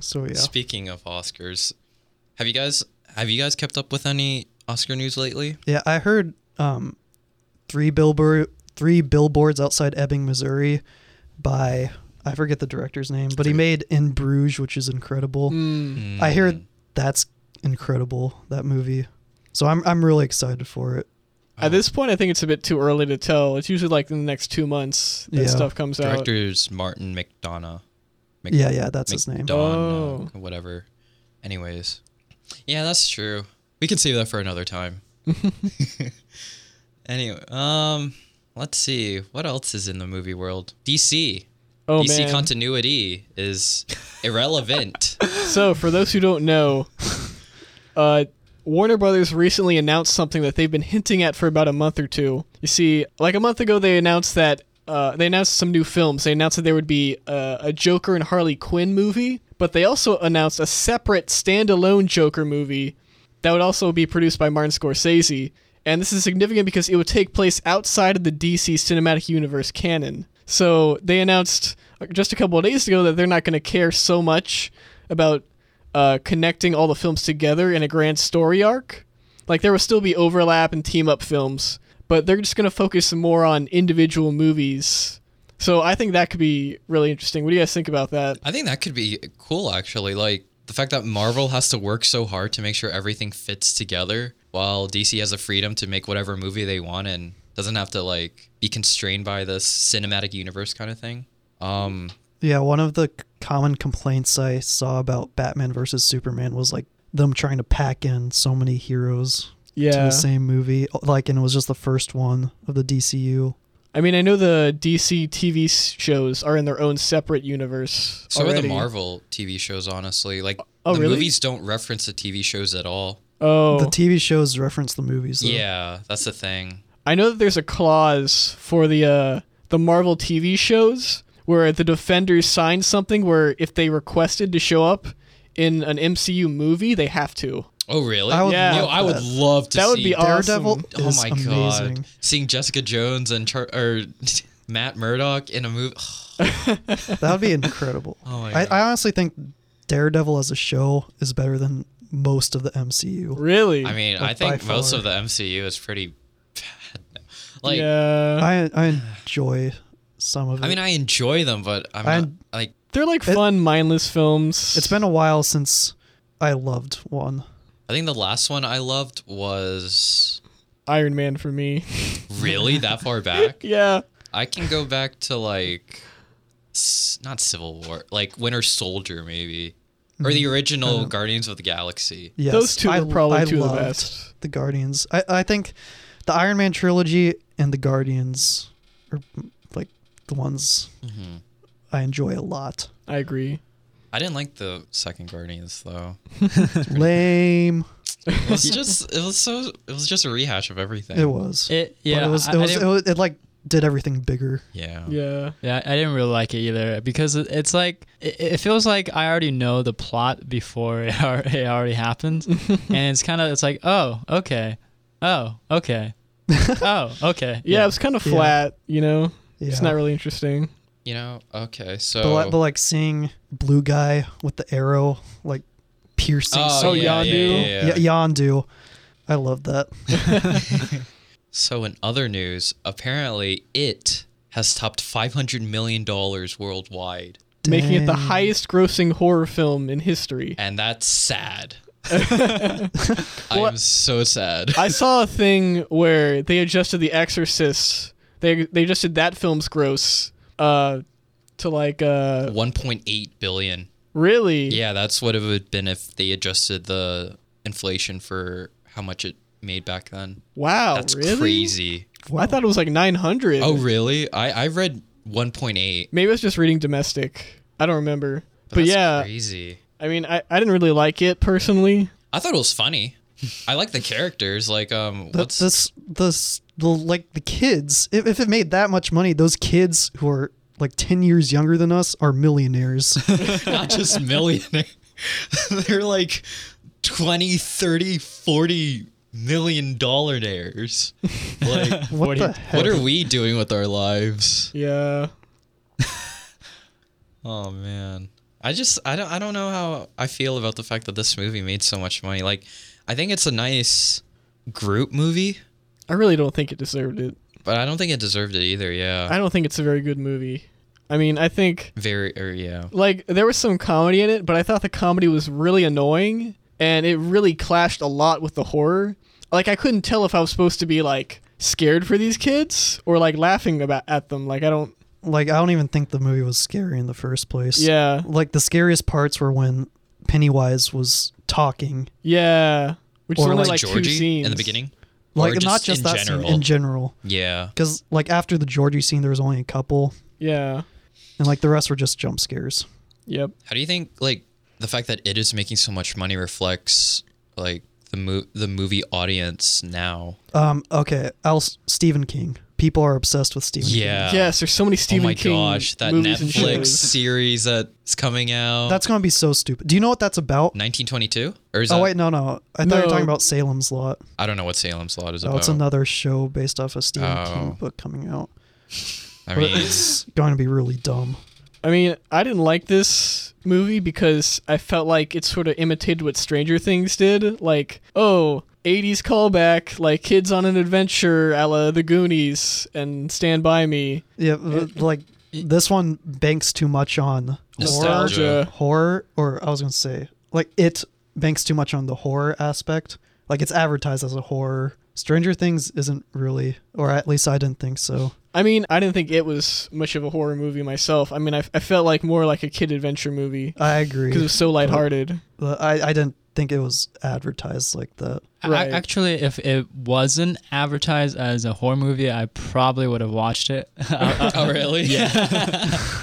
Speaker 4: So, yeah.
Speaker 1: Speaking of Oscars, have you guys have you guys kept up with any Oscar news lately?
Speaker 4: Yeah, I heard um, three billboard three billboards outside Ebbing, Missouri, by I forget the director's name, but he made In Bruges, which is incredible.
Speaker 3: Mm.
Speaker 4: I hear
Speaker 1: Mm.
Speaker 4: that's incredible that movie, so I'm I'm really excited for it.
Speaker 3: At this point, I think it's a bit too early to tell. It's usually like in the next two months that
Speaker 4: Yeah.
Speaker 3: stuff comes out.
Speaker 1: Director's Martin McDonough. Mc-
Speaker 4: yeah, yeah, that's his name.
Speaker 1: McDonough,
Speaker 3: Oh.
Speaker 1: whatever. Anyways, yeah, that's true. We can save that for another time. anyway, um, let's see what else is in the movie world. DC,
Speaker 3: Oh
Speaker 1: DC
Speaker 3: man!
Speaker 1: continuity is irrelevant.
Speaker 3: So for those who don't know, uh, Warner Brothers recently announced something that they've been hinting at for about a month or two. You see, like a month ago, they announced that uh, they announced some new films. They announced that there would be uh, a Joker and Harley Quinn movie, but they also announced a separate standalone Joker movie that would also be produced by Martin Scorsese. And this is significant because it would take place outside of the DC Cinematic Universe canon. So they announced uh, just a couple of days ago that they're not going to care so much about uh, connecting all the films together in a grand story arc. Like there will still be overlap and team up films, but they're just going to focus more on individual movies. So I think that could be really interesting. What do you guys think about that?
Speaker 1: I think that could be cool, actually. Like the fact that Marvel has to work so hard to make sure everything fits together, while DC has the freedom to make whatever movie they want and doesn't have to like be constrained by this cinematic universe kind of thing. Um,
Speaker 4: Yeah, one of the c- common complaints I saw about Batman versus Superman was like them trying to pack in so many heroes to
Speaker 3: Yeah.
Speaker 4: the same movie, like, and it was just the first one of the DCU.
Speaker 3: I mean, I know the DC TV s- shows are in their own separate universe.
Speaker 1: so are
Speaker 3: already.
Speaker 1: the Marvel TV shows, honestly. Like
Speaker 3: oh,
Speaker 1: the
Speaker 3: really?
Speaker 1: movies don't reference the TV shows at all.
Speaker 3: Oh,
Speaker 4: The TV shows reference the movies. Though.
Speaker 1: Yeah, that's the thing.
Speaker 3: I know that there's a clause for the uh, the Marvel TV shows where the Defenders sign something where if they requested to show up in an MCU movie, they have to.
Speaker 1: Oh really?
Speaker 4: I would
Speaker 3: Yeah.
Speaker 1: Yo,
Speaker 4: love
Speaker 1: I would
Speaker 4: that.
Speaker 1: love to
Speaker 3: That would
Speaker 1: see
Speaker 3: be
Speaker 4: Daredevil
Speaker 3: Awesome.
Speaker 1: Oh
Speaker 4: is
Speaker 1: my
Speaker 4: amazing.
Speaker 1: god. Seeing Jessica Jones and Char- or Matt Murdock in a movie.
Speaker 4: That would be incredible.
Speaker 1: Oh my
Speaker 4: I,
Speaker 1: God.
Speaker 4: I honestly think Daredevil as a show is better than most of the MCU.
Speaker 3: Really?
Speaker 1: I mean,
Speaker 4: Like,
Speaker 1: I
Speaker 4: by
Speaker 1: think most
Speaker 4: far.
Speaker 1: of the MCU is pretty bad. Like,
Speaker 3: yeah,
Speaker 4: I I enjoy some of it.
Speaker 1: I mean, I enjoy them, but I'm
Speaker 4: I-
Speaker 1: not, like,
Speaker 3: they're like
Speaker 4: it-
Speaker 3: fun, mindless films.
Speaker 4: it's been a while since I loved one.
Speaker 1: I think the last one I loved was
Speaker 3: Iron Man for me.
Speaker 1: really that far back.
Speaker 3: yeah.
Speaker 1: I can go back to like, s- not Civil War, like Winter Soldier, maybe, or the original Guardians of the Galaxy.
Speaker 4: Yes,
Speaker 3: Those two
Speaker 4: I,
Speaker 3: were probably
Speaker 4: I
Speaker 3: two of the
Speaker 4: loved
Speaker 3: best.
Speaker 4: The Guardians. I I think the Iron Man trilogy and the Guardians are like the ones
Speaker 1: Mm-hmm.
Speaker 4: I enjoy a lot.
Speaker 3: I agree.
Speaker 1: I didn't like the second Guardians though.
Speaker 4: Lame.
Speaker 1: It was just, it was so, it was just a rehash of everything.
Speaker 4: It was.
Speaker 2: It
Speaker 4: But
Speaker 2: yeah,
Speaker 4: it was.
Speaker 2: I-
Speaker 4: It
Speaker 2: I
Speaker 4: was.
Speaker 2: didn't-
Speaker 4: It, was, it like did everything bigger.
Speaker 1: Yeah.
Speaker 3: Yeah.
Speaker 2: Yeah, I didn't really like it either because it- it's like it, it feels like I already know the plot before it,
Speaker 3: Hmm.
Speaker 2: al- it already happens, and it's kind of it's like oh okay, oh okay, oh, okay.
Speaker 3: Yeah, it was kind of
Speaker 4: Yeah.
Speaker 3: flat. You know,
Speaker 4: Yeah.
Speaker 3: it's not really interesting.
Speaker 1: You know? Okay, so.
Speaker 4: But, like, but like seeing blue guy with the arrow like piercing.
Speaker 1: oh,
Speaker 3: so
Speaker 1: yeah, yeah,
Speaker 3: Yondu.
Speaker 1: yeah, yeah.
Speaker 4: Y- Yondu. I love that.
Speaker 1: So, in other news, apparently it has topped $500 million worldwide.
Speaker 3: Making it the
Speaker 4: Dang.
Speaker 3: highest grossing horror film in history.
Speaker 1: And that's sad. I am so sad.
Speaker 3: I saw a thing where they adjusted The Exorcist. They they adjusted that film's gross uh, to like uh,
Speaker 1: 1.8 billion.
Speaker 3: really
Speaker 1: Yeah, that's what it would have been if they adjusted the inflation for how much it made back then.
Speaker 3: wow
Speaker 1: That's
Speaker 3: Oh, really
Speaker 1: crazy.
Speaker 3: I thought it was like nine hundred.
Speaker 1: Oh, really? I, I read 1.8.
Speaker 3: Maybe I was just reading domestic. I don't remember. But,
Speaker 1: that's
Speaker 3: yeah,
Speaker 1: crazy.
Speaker 3: I mean, I, I didn't really like it personally.
Speaker 1: I thought it was funny. I like the characters. Like, um,
Speaker 4: That's
Speaker 1: what's
Speaker 4: this this the like the kids. If, if it made that much money, those kids who are like ten years younger than us are millionaires.
Speaker 1: not just millionaire. They're like 20, 30, 40 million dollars. Like,
Speaker 4: What,
Speaker 2: What do
Speaker 4: the
Speaker 2: you-
Speaker 4: heck?
Speaker 1: what are we doing with our lives?
Speaker 3: Yeah.
Speaker 1: Oh man. I just I don't I don't know how I feel about the fact that this movie made so much money. Like I think it's a nice group movie,
Speaker 3: I really don't think it deserved it.
Speaker 1: but I don't think it deserved it either. Yeah.
Speaker 3: I don't think it's a very good movie. I mean, I think
Speaker 1: Very or yeah.
Speaker 3: like there was some comedy in it, but I thought the comedy was really annoying and it really clashed a lot with the horror. Like I couldn't tell if I was supposed to be like scared for these kids or like laughing about at them. Like I don't
Speaker 4: Like I don't even think the movie was scary in the first place.
Speaker 3: Yeah.
Speaker 4: Like the scariest parts were when Pennywise was talking.
Speaker 3: Yeah. Which is
Speaker 4: Or,
Speaker 3: only
Speaker 4: like,
Speaker 3: like, two
Speaker 1: Georgie
Speaker 3: scenes
Speaker 1: in the beginning. Or
Speaker 4: Like not just
Speaker 1: in
Speaker 4: that
Speaker 1: general.
Speaker 4: scene in general.
Speaker 1: yeah.
Speaker 4: Because like after the Georgie scene, there was only a couple,
Speaker 3: Yeah.
Speaker 4: and like the rest were just jump scares.
Speaker 3: Yep.
Speaker 1: How do you think like the fact that it is making so much money reflects like the mo- the movie audience now?
Speaker 4: Um. Okay. I'll Stephen King. People are obsessed with Stephen. King.
Speaker 1: Yeah.
Speaker 3: yes, there's so many Stephen
Speaker 1: Uh, oh my
Speaker 3: King
Speaker 1: gosh, that
Speaker 3: movies and
Speaker 1: Netflix
Speaker 3: shows.
Speaker 1: series that's coming out.
Speaker 4: That's gonna be so stupid. Do you know what that's about?
Speaker 1: 1922 or is
Speaker 4: Oh
Speaker 1: that
Speaker 4: wait, no, no. I thought you were
Speaker 3: No.
Speaker 4: talking about Salem's Lot.
Speaker 1: I don't know what Salem's Lot is
Speaker 4: No,
Speaker 1: about.
Speaker 4: it's another show based off a Stephen King
Speaker 1: Oh.
Speaker 4: book coming out.
Speaker 1: I
Speaker 4: But
Speaker 1: mean,
Speaker 4: it's going to be really dumb.
Speaker 3: I mean, I didn't like this movie because I felt like it sort of imitated what Stranger Things did. Like, oh, 80s callback, like kids on an adventure a la The Goonies and Stand By Me.
Speaker 4: Yeah, but, like this one banks too much on
Speaker 1: Nostalgia.
Speaker 3: Nostalgia.
Speaker 4: horror, or I was gonna say, like it banks too much on the horror aspect. Like it's advertised as a horror. Stranger Things isn't really, or at least I didn't think so.
Speaker 3: I mean, I didn't think it was much of a horror movie myself. I mean, I, I felt like more like a kid adventure movie
Speaker 4: I agree.
Speaker 3: because it was so lighthearted.
Speaker 4: But I I didn't think it was advertised like that.
Speaker 2: I-
Speaker 3: Right.
Speaker 2: actually, if it wasn't advertised as a horror movie, I probably would have watched it.
Speaker 1: oh really? Yeah.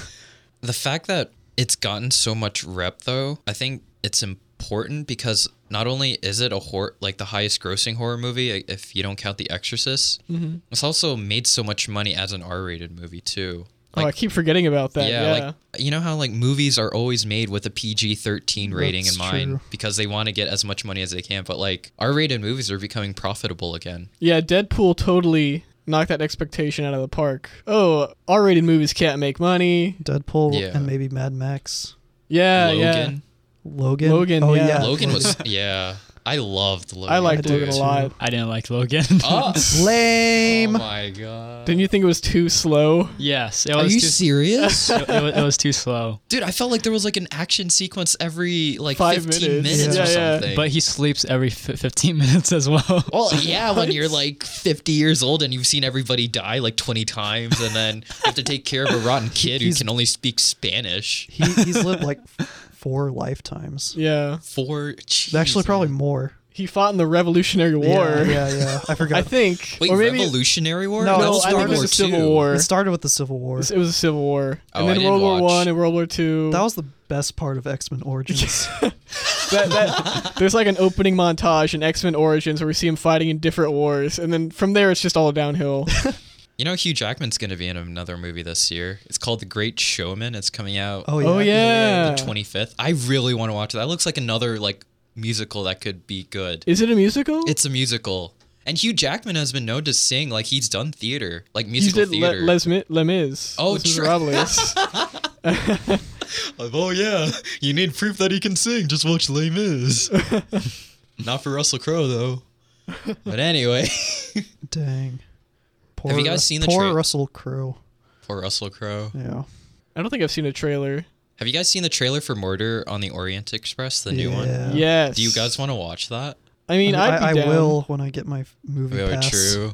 Speaker 1: the fact that it's gotten so much rep though, I think it's important because not only is it a horror like the highest grossing horror movie i- if you don't count The Exorcist,
Speaker 3: Mm-hmm.
Speaker 1: it's also made so much money as an R-rated movie too.
Speaker 3: oh, I keep forgetting about that. Yeah.
Speaker 1: yeah, like you know how like movies are always made with a PG-13 rating
Speaker 4: That's
Speaker 1: in mind
Speaker 4: true.
Speaker 1: because they want to get as much money as they can, but like R-rated movies are becoming profitable again.
Speaker 3: yeah, Deadpool totally knocked that expectation out of the park. Oh, R rated movies can't make money.
Speaker 4: Deadpool
Speaker 1: Yeah.
Speaker 4: and maybe Mad Max,
Speaker 3: Yeah, yeah.
Speaker 1: Logan.
Speaker 4: Logan.
Speaker 3: Logan,
Speaker 4: Oh
Speaker 3: yeah.
Speaker 4: yeah.
Speaker 1: Logan was yeah. I loved Logan.
Speaker 3: I liked
Speaker 4: I
Speaker 3: Logan a
Speaker 4: did
Speaker 3: lot.
Speaker 2: I didn't like Logan.
Speaker 1: Oh, oh
Speaker 4: lame.
Speaker 1: my god.
Speaker 3: Didn't you think it was too slow?
Speaker 2: yes, it was, too,
Speaker 1: serious?
Speaker 2: it, it was, it was too slow.
Speaker 1: Dude, I felt like there was like an action sequence every like
Speaker 3: Five
Speaker 1: 15 minutes,
Speaker 3: minutes.
Speaker 1: or
Speaker 3: Yeah, yeah.
Speaker 1: something.
Speaker 2: But he sleeps every f- 15 minutes as well.
Speaker 1: well, yeah, when you're like 50 years old and you've seen everybody die like 20 times and then you have to take care of a rotten kid who
Speaker 4: He's-
Speaker 1: can only speak Spanish.
Speaker 4: He, he's lived like f- four lifetimes.
Speaker 3: Yeah.
Speaker 1: Four. Jeez,
Speaker 4: Actually, probably
Speaker 1: man.
Speaker 4: more.
Speaker 3: He fought in the Revolutionary War.
Speaker 4: Yeah, yeah, yeah. I forgot.
Speaker 3: I think.
Speaker 1: Wait,
Speaker 3: or maybe
Speaker 1: Revolutionary War?
Speaker 4: No,
Speaker 1: That
Speaker 4: it
Speaker 3: no,
Speaker 1: was
Speaker 3: I
Speaker 1: World
Speaker 3: think it was
Speaker 1: War
Speaker 3: the Civil
Speaker 1: II.
Speaker 3: War.
Speaker 4: it started with the Civil War.
Speaker 3: It was the Civil War.
Speaker 1: Oh,
Speaker 3: and
Speaker 1: I
Speaker 3: then
Speaker 1: didn't
Speaker 3: World War
Speaker 1: watch.
Speaker 3: One and World War Two.
Speaker 4: That was the best part of X Men Origins. Oh,
Speaker 3: that, that- there's like an opening montage in X Men Origins where we see him fighting in different wars, and then from there it's just all downhill.
Speaker 1: You know, Hugh Jackman's going to be in another movie this year. It's called The Great Showman. It's coming out
Speaker 4: Oh yeah.
Speaker 3: oh yeah.
Speaker 1: 25th. I really want to watch it. That looks like another like musical that could be good.
Speaker 3: Is it a musical?
Speaker 1: It's a musical. And Hugh Jackman has been known to sing, like he's done theater, like musical
Speaker 3: you did
Speaker 1: theater.
Speaker 3: Le- Les, Mi- Les Mis.
Speaker 1: Oh,
Speaker 3: Les
Speaker 1: true.
Speaker 3: Miserables.
Speaker 1: Like, oh yeah, you need proof that he can sing. Just watch Les Mis. Not for Russell Crowe though. But anyway,
Speaker 4: Dang. Poor,
Speaker 1: you guys seen the
Speaker 4: poor
Speaker 1: tra-
Speaker 4: Russell Crowe?
Speaker 1: poor Russell Crowe.
Speaker 4: Yeah.
Speaker 3: I don't think I've seen a trailer.
Speaker 1: Have you guys seen the trailer for Murder on the Orient Express, the new one?
Speaker 4: Yeah.
Speaker 3: Yes.
Speaker 1: Do you guys want to watch that?
Speaker 3: I mean, I'd be
Speaker 4: I, I
Speaker 3: down.
Speaker 4: will when I get my f- movie
Speaker 1: Very
Speaker 4: pass.
Speaker 1: true.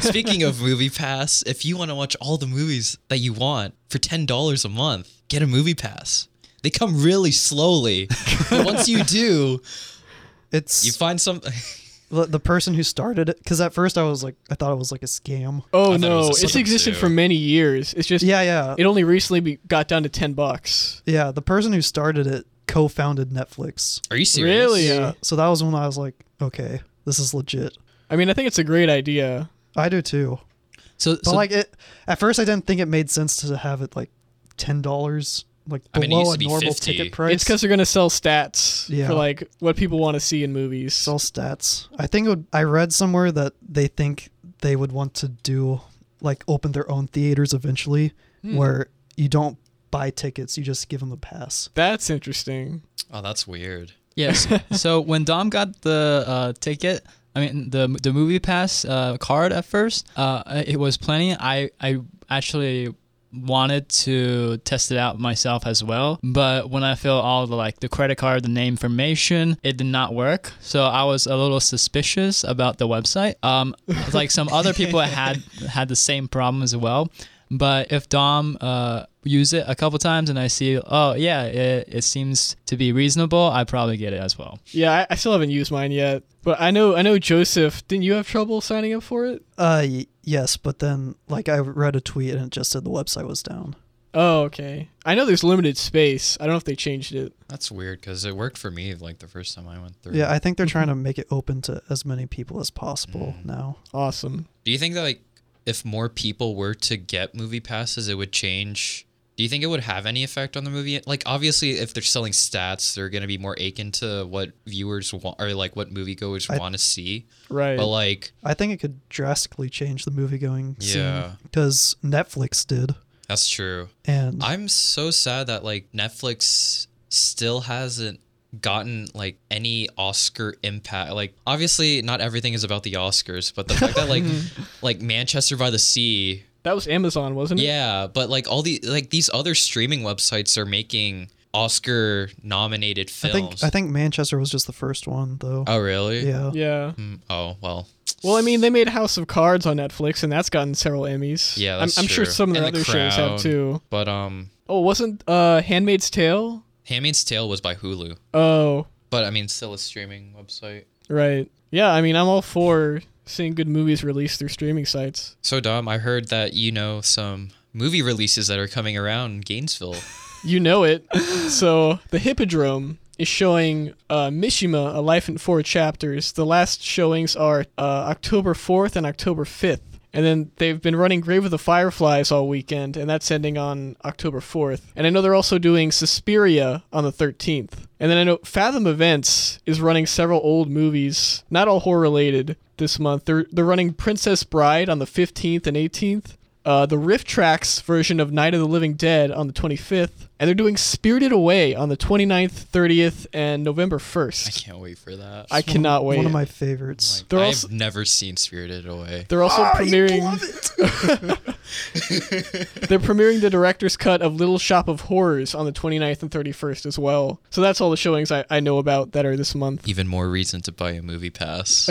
Speaker 1: Speaking of Movie Pass, if you want to watch all the movies that you want for ten dollars a month, get a Movie Pass. They come really slowly, but once you do,
Speaker 4: It's
Speaker 1: you find some.
Speaker 4: the, the person who started it because at first I was like I thought it was like a scam.
Speaker 1: I
Speaker 3: Oh
Speaker 1: thought it
Speaker 3: no,
Speaker 1: was a
Speaker 3: it's
Speaker 1: slip
Speaker 3: existed
Speaker 1: too.
Speaker 3: for many years. It's just
Speaker 4: Yeah, yeah,
Speaker 3: It only recently be- got down to ten bucks.
Speaker 4: yeah. The person who started it co-founded Netflix.
Speaker 1: Are you serious?
Speaker 3: Really?
Speaker 4: Yeah. So that was when I was like, okay, this is legit.
Speaker 3: I mean, I think it's a great idea.
Speaker 4: I do too.
Speaker 1: So,
Speaker 4: But
Speaker 1: so
Speaker 4: like it, at first I didn't think it made sense to have it like ten dollars, like
Speaker 1: I mean, it
Speaker 4: below
Speaker 1: used to
Speaker 4: a
Speaker 1: be
Speaker 4: normal
Speaker 1: 50.
Speaker 4: ticket
Speaker 3: It's
Speaker 4: price.
Speaker 3: It's because they're gonna sell stats
Speaker 4: Yeah.
Speaker 3: for like what people want to see in movies.
Speaker 4: It's all stats. I think it would, I read somewhere that they think they would want to do like open their own theaters eventually,
Speaker 1: Hmm.
Speaker 4: where you don't buy tickets, you just give them a pass.
Speaker 3: That's interesting.
Speaker 1: oh, that's weird.
Speaker 2: Yes. so when Dom got the uh, ticket, I mean the the movie pass uh, card at first, uh, it was plenty. I I actually wanted to test it out myself as well, but when I filled all the like the credit card, the name information, it did not work. So I was a little suspicious about the website. Um, like some other people had had the same problem as well. But if Dom uh, use it a couple times and I see, oh yeah, it, it seems to be reasonable, I probably get it as well.
Speaker 3: Yeah, I, I still haven't used mine yet, but I know I know Joseph. Didn't you have trouble signing up for it?
Speaker 4: Uh, y- yes, but then like I read a tweet and it just said the website was down.
Speaker 3: Oh, okay. I know there's limited space. I don't know if they changed it.
Speaker 1: That's weird because it worked for me like the first time I went through.
Speaker 4: Yeah, I think they're
Speaker 1: Mm-hmm.
Speaker 4: trying to make it open to as many people as possible
Speaker 1: Mm.
Speaker 4: now.
Speaker 3: Awesome.
Speaker 1: Do you think that like if more people were to get movie passes, it would change? Do you think it would have any effect on the movie? Like obviously, if they're selling stats, they're gonna be more akin to what viewers want or like what moviegoers
Speaker 4: I-
Speaker 1: want to see.
Speaker 3: Right.
Speaker 1: But like,
Speaker 4: I think it could drastically change the movie going
Speaker 1: Yeah.
Speaker 4: because Netflix did.
Speaker 1: that's true.
Speaker 4: And
Speaker 1: I'm so sad that like Netflix still hasn't gotten like any Oscar impact. Like obviously not everything is about the Oscars, but the fact that like like Manchester by the Sea
Speaker 3: that was Amazon, wasn't it?
Speaker 1: yeah, but like all the like these other streaming websites are making Oscar nominated
Speaker 4: I
Speaker 1: films.
Speaker 4: think I think Manchester was just the first one though.
Speaker 1: oh really?
Speaker 4: yeah.
Speaker 3: Yeah.
Speaker 1: Mm, Oh well.
Speaker 3: Well, I mean, they made House of Cards on Netflix, and that's gotten several Emmys.
Speaker 1: Yeah,
Speaker 3: I'm,
Speaker 1: that's
Speaker 3: I'm sure
Speaker 1: true.
Speaker 3: some of their
Speaker 1: And The
Speaker 3: other shows have
Speaker 1: Crown.
Speaker 3: too.
Speaker 1: But um,
Speaker 3: Oh, wasn't uh Handmaid's Tale?
Speaker 1: Handmaid's Tale was by Hulu,
Speaker 3: Oh,
Speaker 1: but I mean, still a streaming website.
Speaker 3: right. Yeah, I mean, I'm all for seeing good movies released through streaming sites.
Speaker 1: So Dom, I heard that you know some movie releases that are coming around in Gainesville.
Speaker 3: You know it. so the Hippodrome is showing uh, Mishima: A Life in Four Chapters. The last showings are uh, October 4th and October 5th. And then they've been running Grave of the Fireflies all weekend, and that's ending on October 4th. And I know they're also doing Suspiria on the 13th. And then I know Fathom Events is running several old movies, not all horror related, this month. They're, they're running Princess Bride on the 15th and 18th, uh, the Rift Tracks version of Night of the Living Dead on the 25th, and they're doing Spirited Away on the 29th, 30th, and November
Speaker 1: I
Speaker 3: 1st.
Speaker 1: can't wait for that.
Speaker 3: I cannot wait.
Speaker 4: One of my favorites.
Speaker 1: Like,
Speaker 3: They're
Speaker 1: I've
Speaker 3: also-
Speaker 1: never seen Spirited Away.
Speaker 3: they're also premiering. they're premiering the director's cut of Little Shop of Horrors on the 29th and 31st as well. So that's all the showings I, I know about that are this month.
Speaker 1: Even more reason to buy a movie pass.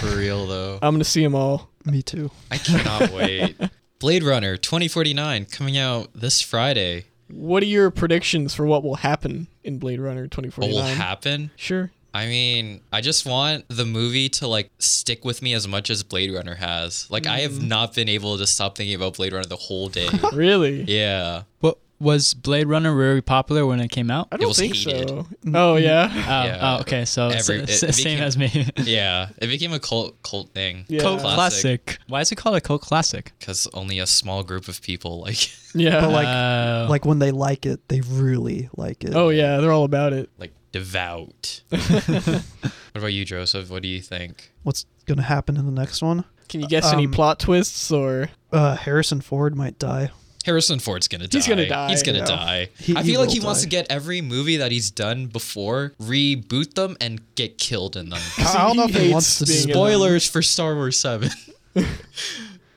Speaker 1: for real though.
Speaker 3: I'm gonna see them all.
Speaker 4: Me too.
Speaker 1: I cannot wait. Blade Runner 2049 coming out this Friday.
Speaker 3: What are your predictions for what will happen in Blade Runner
Speaker 1: What
Speaker 3: 2049?
Speaker 1: will happen?
Speaker 3: Sure.
Speaker 1: I mean, I just want the movie to like stick with me as much as Blade Runner has. Like I have
Speaker 4: Mm.
Speaker 1: not been able to stop thinking about Blade Runner the whole day.
Speaker 3: Really?
Speaker 1: yeah.
Speaker 2: What was Blade Runner really popular when it came out?
Speaker 3: I don't
Speaker 1: was
Speaker 3: think
Speaker 1: heated.
Speaker 3: so. Oh yeah.
Speaker 2: Oh,
Speaker 1: Yeah.
Speaker 2: oh, okay. So s-
Speaker 1: Every-
Speaker 2: s-
Speaker 1: it
Speaker 2: same
Speaker 1: became-
Speaker 2: as me.
Speaker 1: Yeah. It became a cult cult thing.
Speaker 3: Yeah.
Speaker 2: Cult
Speaker 3: Classic.
Speaker 2: classic. Why is it called a cult classic?
Speaker 1: Cuz only a small group of people like
Speaker 3: Yeah.
Speaker 4: But like
Speaker 2: Oh.
Speaker 4: like when they like it, they really like it.
Speaker 3: oh yeah, they're all about it.
Speaker 1: like devout. what about you, Joseph? What do you think?
Speaker 4: What's gonna happen in the next one?
Speaker 3: Can you guess any
Speaker 4: Um,
Speaker 3: plot twists or
Speaker 4: Uh, Harrison Ford might die.
Speaker 1: Harrison Ford's gonna die.
Speaker 3: He's gonna die,
Speaker 1: He's gonna
Speaker 4: yeah.
Speaker 1: die.
Speaker 4: He-
Speaker 1: I
Speaker 4: he
Speaker 1: feel like
Speaker 4: will
Speaker 1: he wants
Speaker 4: die.
Speaker 1: to get every movie that he's done before, reboot them, and get killed in them.
Speaker 4: I don't know if he
Speaker 3: hates
Speaker 4: wants to
Speaker 3: being in
Speaker 4: spoil-
Speaker 1: Spoilers for Star Wars Seven.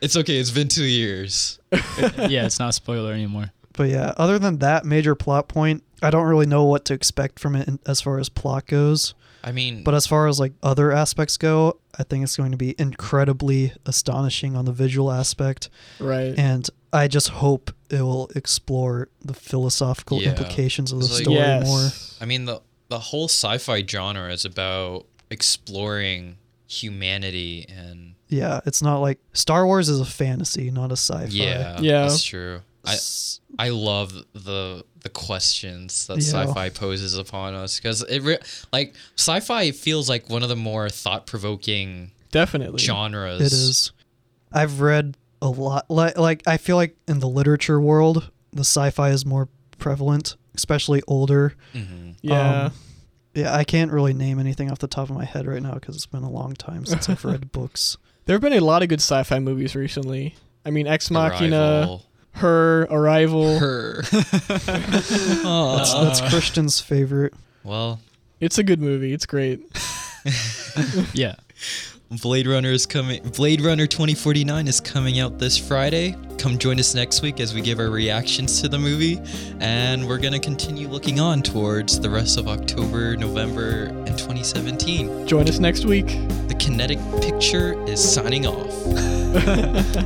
Speaker 1: it's okay. It's been two years.
Speaker 2: yeah, it's not a spoiler anymore.
Speaker 4: But yeah, other than that major plot point, I don't really know what to expect from it in, as far as plot goes.
Speaker 1: I mean,
Speaker 4: But uh, as far as like other aspects go, I think it's going to be incredibly astonishing on the visual aspect.
Speaker 3: right?
Speaker 4: and I just hope it will explore the philosophical
Speaker 1: Yeah.
Speaker 4: implications of the
Speaker 1: It's like-
Speaker 4: story
Speaker 3: yes.
Speaker 4: more.
Speaker 1: I mean the the whole sci-fi genre is about exploring humanity and
Speaker 4: Yeah, it's not like Star Wars is a fantasy, not a sci-fi.
Speaker 1: yeah,
Speaker 3: Yeah.
Speaker 1: that's true. I,
Speaker 4: S-
Speaker 1: I love the the questions that
Speaker 4: Yeah.
Speaker 1: sci-fi poses upon us because it re- like sci-fi feels like one of the more thought-provoking
Speaker 3: Definitely.
Speaker 1: genres.
Speaker 4: it is. I've read a lot. Like, like I feel like in the literature world, the sci-fi is more prevalent, especially older.
Speaker 1: Mhm.
Speaker 3: Yeah.
Speaker 4: Um, yeah, I can't really name anything off the top of my head right now because it's been a long time since I've read books.
Speaker 3: there have been a lot of good sci-fi movies recently. I mean, Ex Machina,
Speaker 1: Arrival.
Speaker 3: Her, Arrival.
Speaker 1: her.
Speaker 4: That's, that's Christian's favorite.
Speaker 1: Well,
Speaker 3: It's a good movie. It's great.
Speaker 2: Yeah.
Speaker 1: Blade Runner is coming. Blade Runner 2049 is coming out this Friday. Come join us next week as we give our reactions to the movie, and we're gonna continue looking on towards the rest of October, November, and 2017.
Speaker 3: Join us next week.
Speaker 1: The Kinetic Picture is signing off.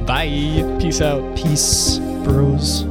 Speaker 2: Bye.
Speaker 3: Peace out.
Speaker 4: Peace, bros.